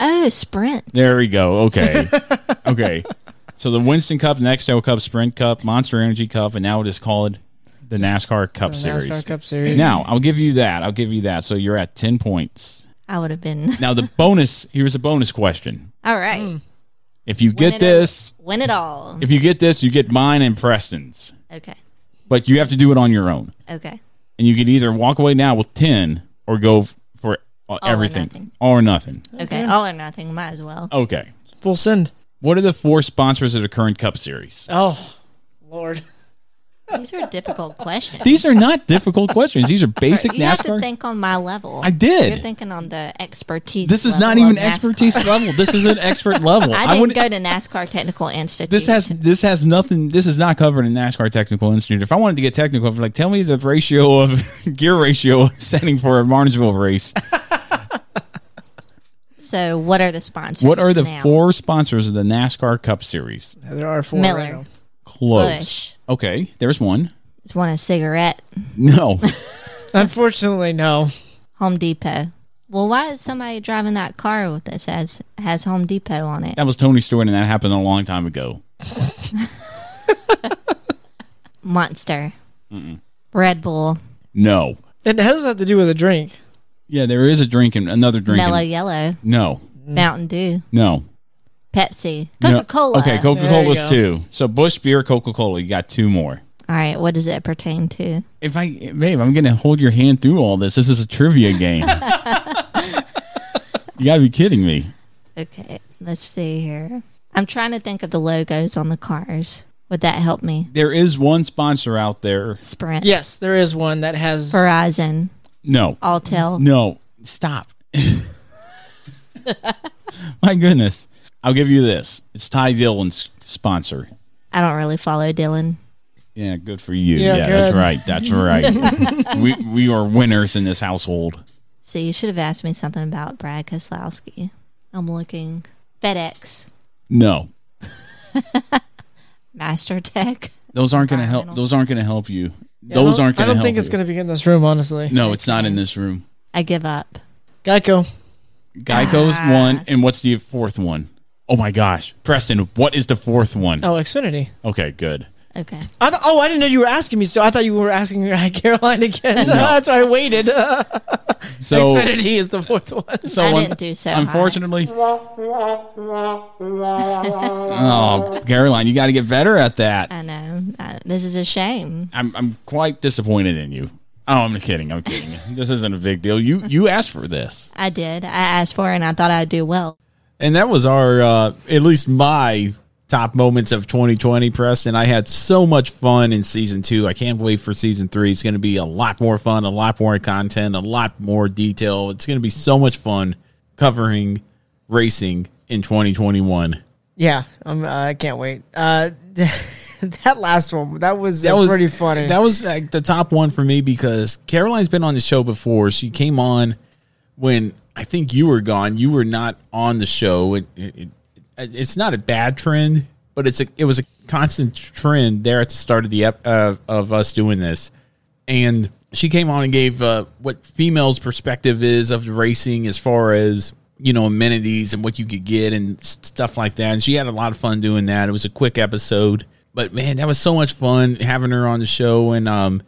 Speaker 9: Oh Sprint.
Speaker 1: There we go. Okay. okay. So the Winston Cup, Nextel Cup, Sprint Cup, Monster Energy Cup, and now it is called the NASCAR Cup
Speaker 2: The
Speaker 1: Series.
Speaker 2: NASCAR Cup Series.
Speaker 1: Now I'll give you that. I'll give you that. So you're at ten points.
Speaker 9: I would have been.
Speaker 1: Now the bonus. Here's a bonus question.
Speaker 9: All right.
Speaker 3: Mm.
Speaker 1: If you
Speaker 9: Win
Speaker 1: get
Speaker 9: it
Speaker 1: this,
Speaker 9: all. Win it all.
Speaker 1: if you get this, you get mine and Preston's.
Speaker 9: Okay.
Speaker 1: But you have to do it on your own.
Speaker 9: Okay.
Speaker 1: and you can either walk away now with 10 or go f- for uh,
Speaker 9: or
Speaker 1: everything all or nothing.
Speaker 9: Okay. All or nothing. Might as well.
Speaker 1: Okay.
Speaker 2: Full send.
Speaker 1: What are the four sponsors of the current Cup Series?
Speaker 2: Oh, Lord.
Speaker 9: These are difficult questions.
Speaker 1: These are not difficult questions. These are basic
Speaker 9: you have to
Speaker 1: NASCAR.
Speaker 9: think on my level.
Speaker 1: I did.
Speaker 9: You're thinking on the expertise.
Speaker 1: This is
Speaker 9: level
Speaker 1: not
Speaker 9: of
Speaker 1: even
Speaker 9: NASCAR.
Speaker 1: expertise level. This is an expert level.
Speaker 9: I didn't
Speaker 1: wouldn't-
Speaker 9: go to NASCAR Technical Institute.
Speaker 1: This has this has nothing. This is not covered in NASCAR Technical Institute. If I wanted to get technical, I'd be like tell me the ratio of gear ratio setting for a Martinsville race.
Speaker 9: So, what are the sponsors?
Speaker 3: What are the
Speaker 9: now?
Speaker 3: four sponsors of the NASCAR Cup Series?
Speaker 2: There are four.
Speaker 9: Miller.
Speaker 2: Right now.
Speaker 3: Close.
Speaker 9: Bush.
Speaker 3: Okay, there's one.
Speaker 9: Just want a cigarette.
Speaker 3: No,
Speaker 2: Unfortunately, no.
Speaker 9: Home Depot. Well, why is somebody driving that car with that says has Home Depot on it?
Speaker 3: that was Tony Stewart, and that happened a long time ago.
Speaker 9: Monster.
Speaker 3: Mm-mm.
Speaker 9: Red Bull.
Speaker 3: No.
Speaker 2: It has nothing to do with a drink.
Speaker 3: Yeah, there is a drink and another drink. and-
Speaker 9: Mellow Yellow.
Speaker 3: No,
Speaker 9: Mountain Dew.
Speaker 3: no.
Speaker 9: Pepsi.
Speaker 3: Mm. no.
Speaker 9: Coca Cola.
Speaker 3: Okay, Coca Cola's two. So Bush beer, Coca Cola. You got two more.
Speaker 9: All right. What does it pertain to?
Speaker 3: If I, babe, I'm gonna hold your hand through all this. This is a trivia game. you gotta be kidding me.
Speaker 9: Okay. Let's see here. I'm trying to think of the logos on the cars. Would that help me?
Speaker 3: There is one sponsor out there.
Speaker 9: Sprint.
Speaker 2: Yes, there is one that has
Speaker 9: Verizon.
Speaker 3: No.
Speaker 9: Altel.
Speaker 3: No. Stop. My goodness. I'll give you this. It's Ty Dillon's sponsor.
Speaker 9: I don't really follow Dylan.
Speaker 3: Yeah, good for you.
Speaker 9: Yeah,
Speaker 3: Yeah, that's
Speaker 9: good.
Speaker 3: right. That's right. we we are winners in this household.
Speaker 9: See, you should have asked me something about Brad Keselowski. I'm looking. FedEx.
Speaker 3: No.
Speaker 9: Master Tech.
Speaker 3: Those aren't gonna help those aren't gonna help you.
Speaker 2: Yeah, I
Speaker 3: those
Speaker 2: don't-
Speaker 3: aren't
Speaker 2: I
Speaker 3: gonna
Speaker 2: don't
Speaker 3: help
Speaker 2: think it's
Speaker 3: you.
Speaker 2: going to be in this room, honestly.
Speaker 3: No, it's not in this room.
Speaker 9: I give up.
Speaker 2: Geico.
Speaker 3: Geico's one and what's the fourth one? Oh my gosh. Preston, what is the fourth one?
Speaker 2: Oh, Xfinity.
Speaker 3: Okay, good.
Speaker 9: Okay.
Speaker 2: I th- oh, I didn't know you were asking me, so I thought you were asking Caroline again.
Speaker 3: No.
Speaker 2: That's why I waited.
Speaker 3: So-
Speaker 2: Xfinity is the fourth one.
Speaker 3: So I didn't un- do so hot. unfortunately- Oh, Caroline, you got to get better at that.
Speaker 9: I know. Uh, this is a shame.
Speaker 3: I'm I'm quite disappointed in you. Oh, I'm kidding. I'm kidding. this isn't a big deal. You you asked for this,
Speaker 9: I did. I asked for it and I thought I'd do well.
Speaker 1: And that was our, uh, at least my top moments of 2020, Preston. I had so much fun in season two. I can't wait for season three. It's going to be a lot more fun, a lot more content, a lot more detail. It's going to be so much fun covering racing in 2021.
Speaker 2: Yeah, I'm, I can't wait. Uh, that last one, that was, uh,
Speaker 1: That was
Speaker 2: pretty funny.
Speaker 1: That was like the top one for me because Caroline's been on the show before. She came on when I think you were gone. You were not on the show. It, it, it, it's not a bad trend, but it's a it was a constant trend there at the start of the ep, uh, of us doing this. And she came on and gave uh, what females' perspective is of the racing as far as you know amenities and what you could get and s- stuff like that. And she had a lot of fun doing that. It was a quick episode but man, that was so much fun having her on the show, and um,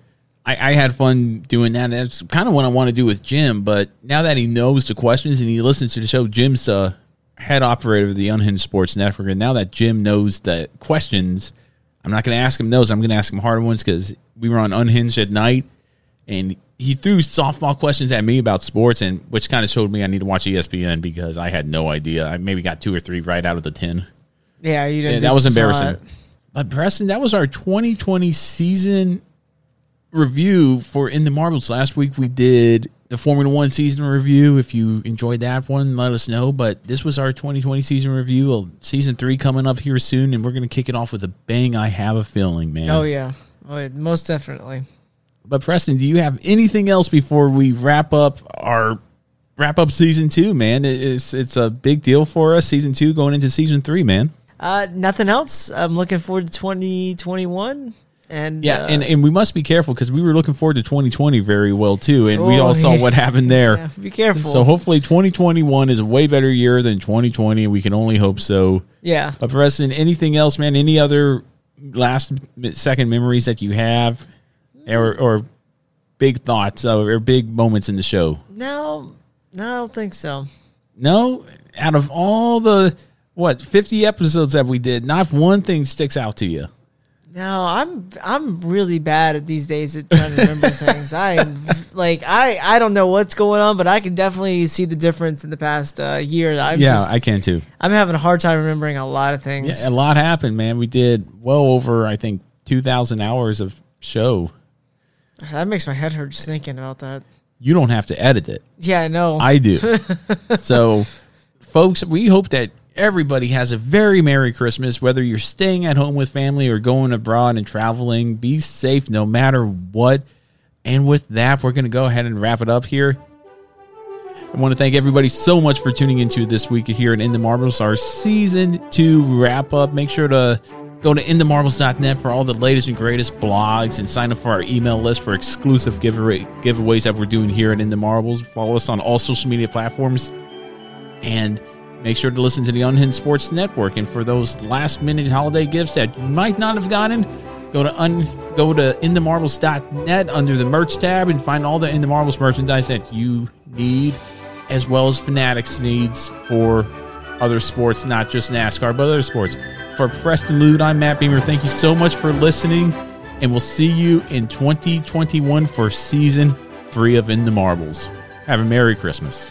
Speaker 1: I, I had fun doing that. And that's kind of what I want to do with Jim. But now that he knows the questions and he listens to the show, Jim's the head operator of the Unhinged Sports Network, and now that Jim knows the questions, I'm not going to ask him those. I'm going to ask him harder ones because we were on Unhinged at night, and he threw softball questions at me about sports, and which kind of showed me I need to watch E ESPN because I had no idea. I maybe got two or three right out of the ten.
Speaker 2: yeah, you didn't.
Speaker 1: Yeah,
Speaker 2: do
Speaker 1: that was
Speaker 2: saw
Speaker 1: embarrassing.
Speaker 2: it.
Speaker 1: But Preston, that was our 2020 season review for In the Marbles. Last week we did the Formula One season review. If you enjoyed that one, let us know. But this was our 2020 season review. Well, Season three coming up here soon, and we're going to kick it off with a bang. I have a feeling, man.
Speaker 2: Oh yeah, oh, yeah, most definitely.
Speaker 1: But Preston, do you have anything else before we wrap up our wrap up season two, man? It- It's it's a big deal for us. Season two going into season three, man.
Speaker 2: Uh, nothing else. I'm looking forward to 2021. And
Speaker 1: Yeah,
Speaker 2: uh,
Speaker 1: and, and we must be careful because we were looking forward to 2020 very well too, and we
Speaker 2: Oh,
Speaker 1: all saw
Speaker 2: yeah.
Speaker 1: what happened there.
Speaker 2: Yeah, be careful.
Speaker 1: So hopefully 2021 is a way better year than 2020. We can only hope so.
Speaker 2: Yeah.
Speaker 1: But Preston, anything else, man? Any other last mi- second memories that you have, or or big thoughts uh, or big moments in the show?
Speaker 2: no, no, I don't think so.
Speaker 1: No, out of all the what 50 episodes that we did, not one thing sticks out to you.
Speaker 2: No, I'm I'm really bad at these days at trying to remember things. I like I I don't know what's going on, but I can definitely see the difference in the past uh, year. I'm
Speaker 1: yeah,
Speaker 2: just,
Speaker 1: I can too.
Speaker 2: I'm having a hard time remembering a lot of things.
Speaker 1: Yeah, a lot happened, man. We did well over, I think, two thousand hours of show.
Speaker 2: That makes my head hurt just thinking about that.
Speaker 1: You don't have to edit it.
Speaker 2: Yeah, I know.
Speaker 1: I do. so, folks, we hope that everybody has a very merry Christmas. Whether you're staying at home with family or going abroad and traveling, be safe no matter what. And with that, we're going to go ahead and wrap it up here. I want to thank everybody so much for tuning into this week here at In the Marbles, our season two wrap up. Make sure to go to inthemarbles.net for all the latest and greatest blogs and sign up for our email list for exclusive giveaway giveaways that we're doing here at In the Marbles. Follow us on all social media platforms and make sure to listen to the Unhinged Sports Network. And for those last minute holiday gifts that you might not have gotten, go to un go to inthemarbles.net under the merch tab and find all the In the Marbles merchandise that you need as well as Fanatics needs for other sports, not just NASCAR, but other sports. For Preston Lude, I'm Matt Beamer. Thank you so much for listening, and we'll see you in 2021 for season three of In the Marbles. Have a Merry Christmas.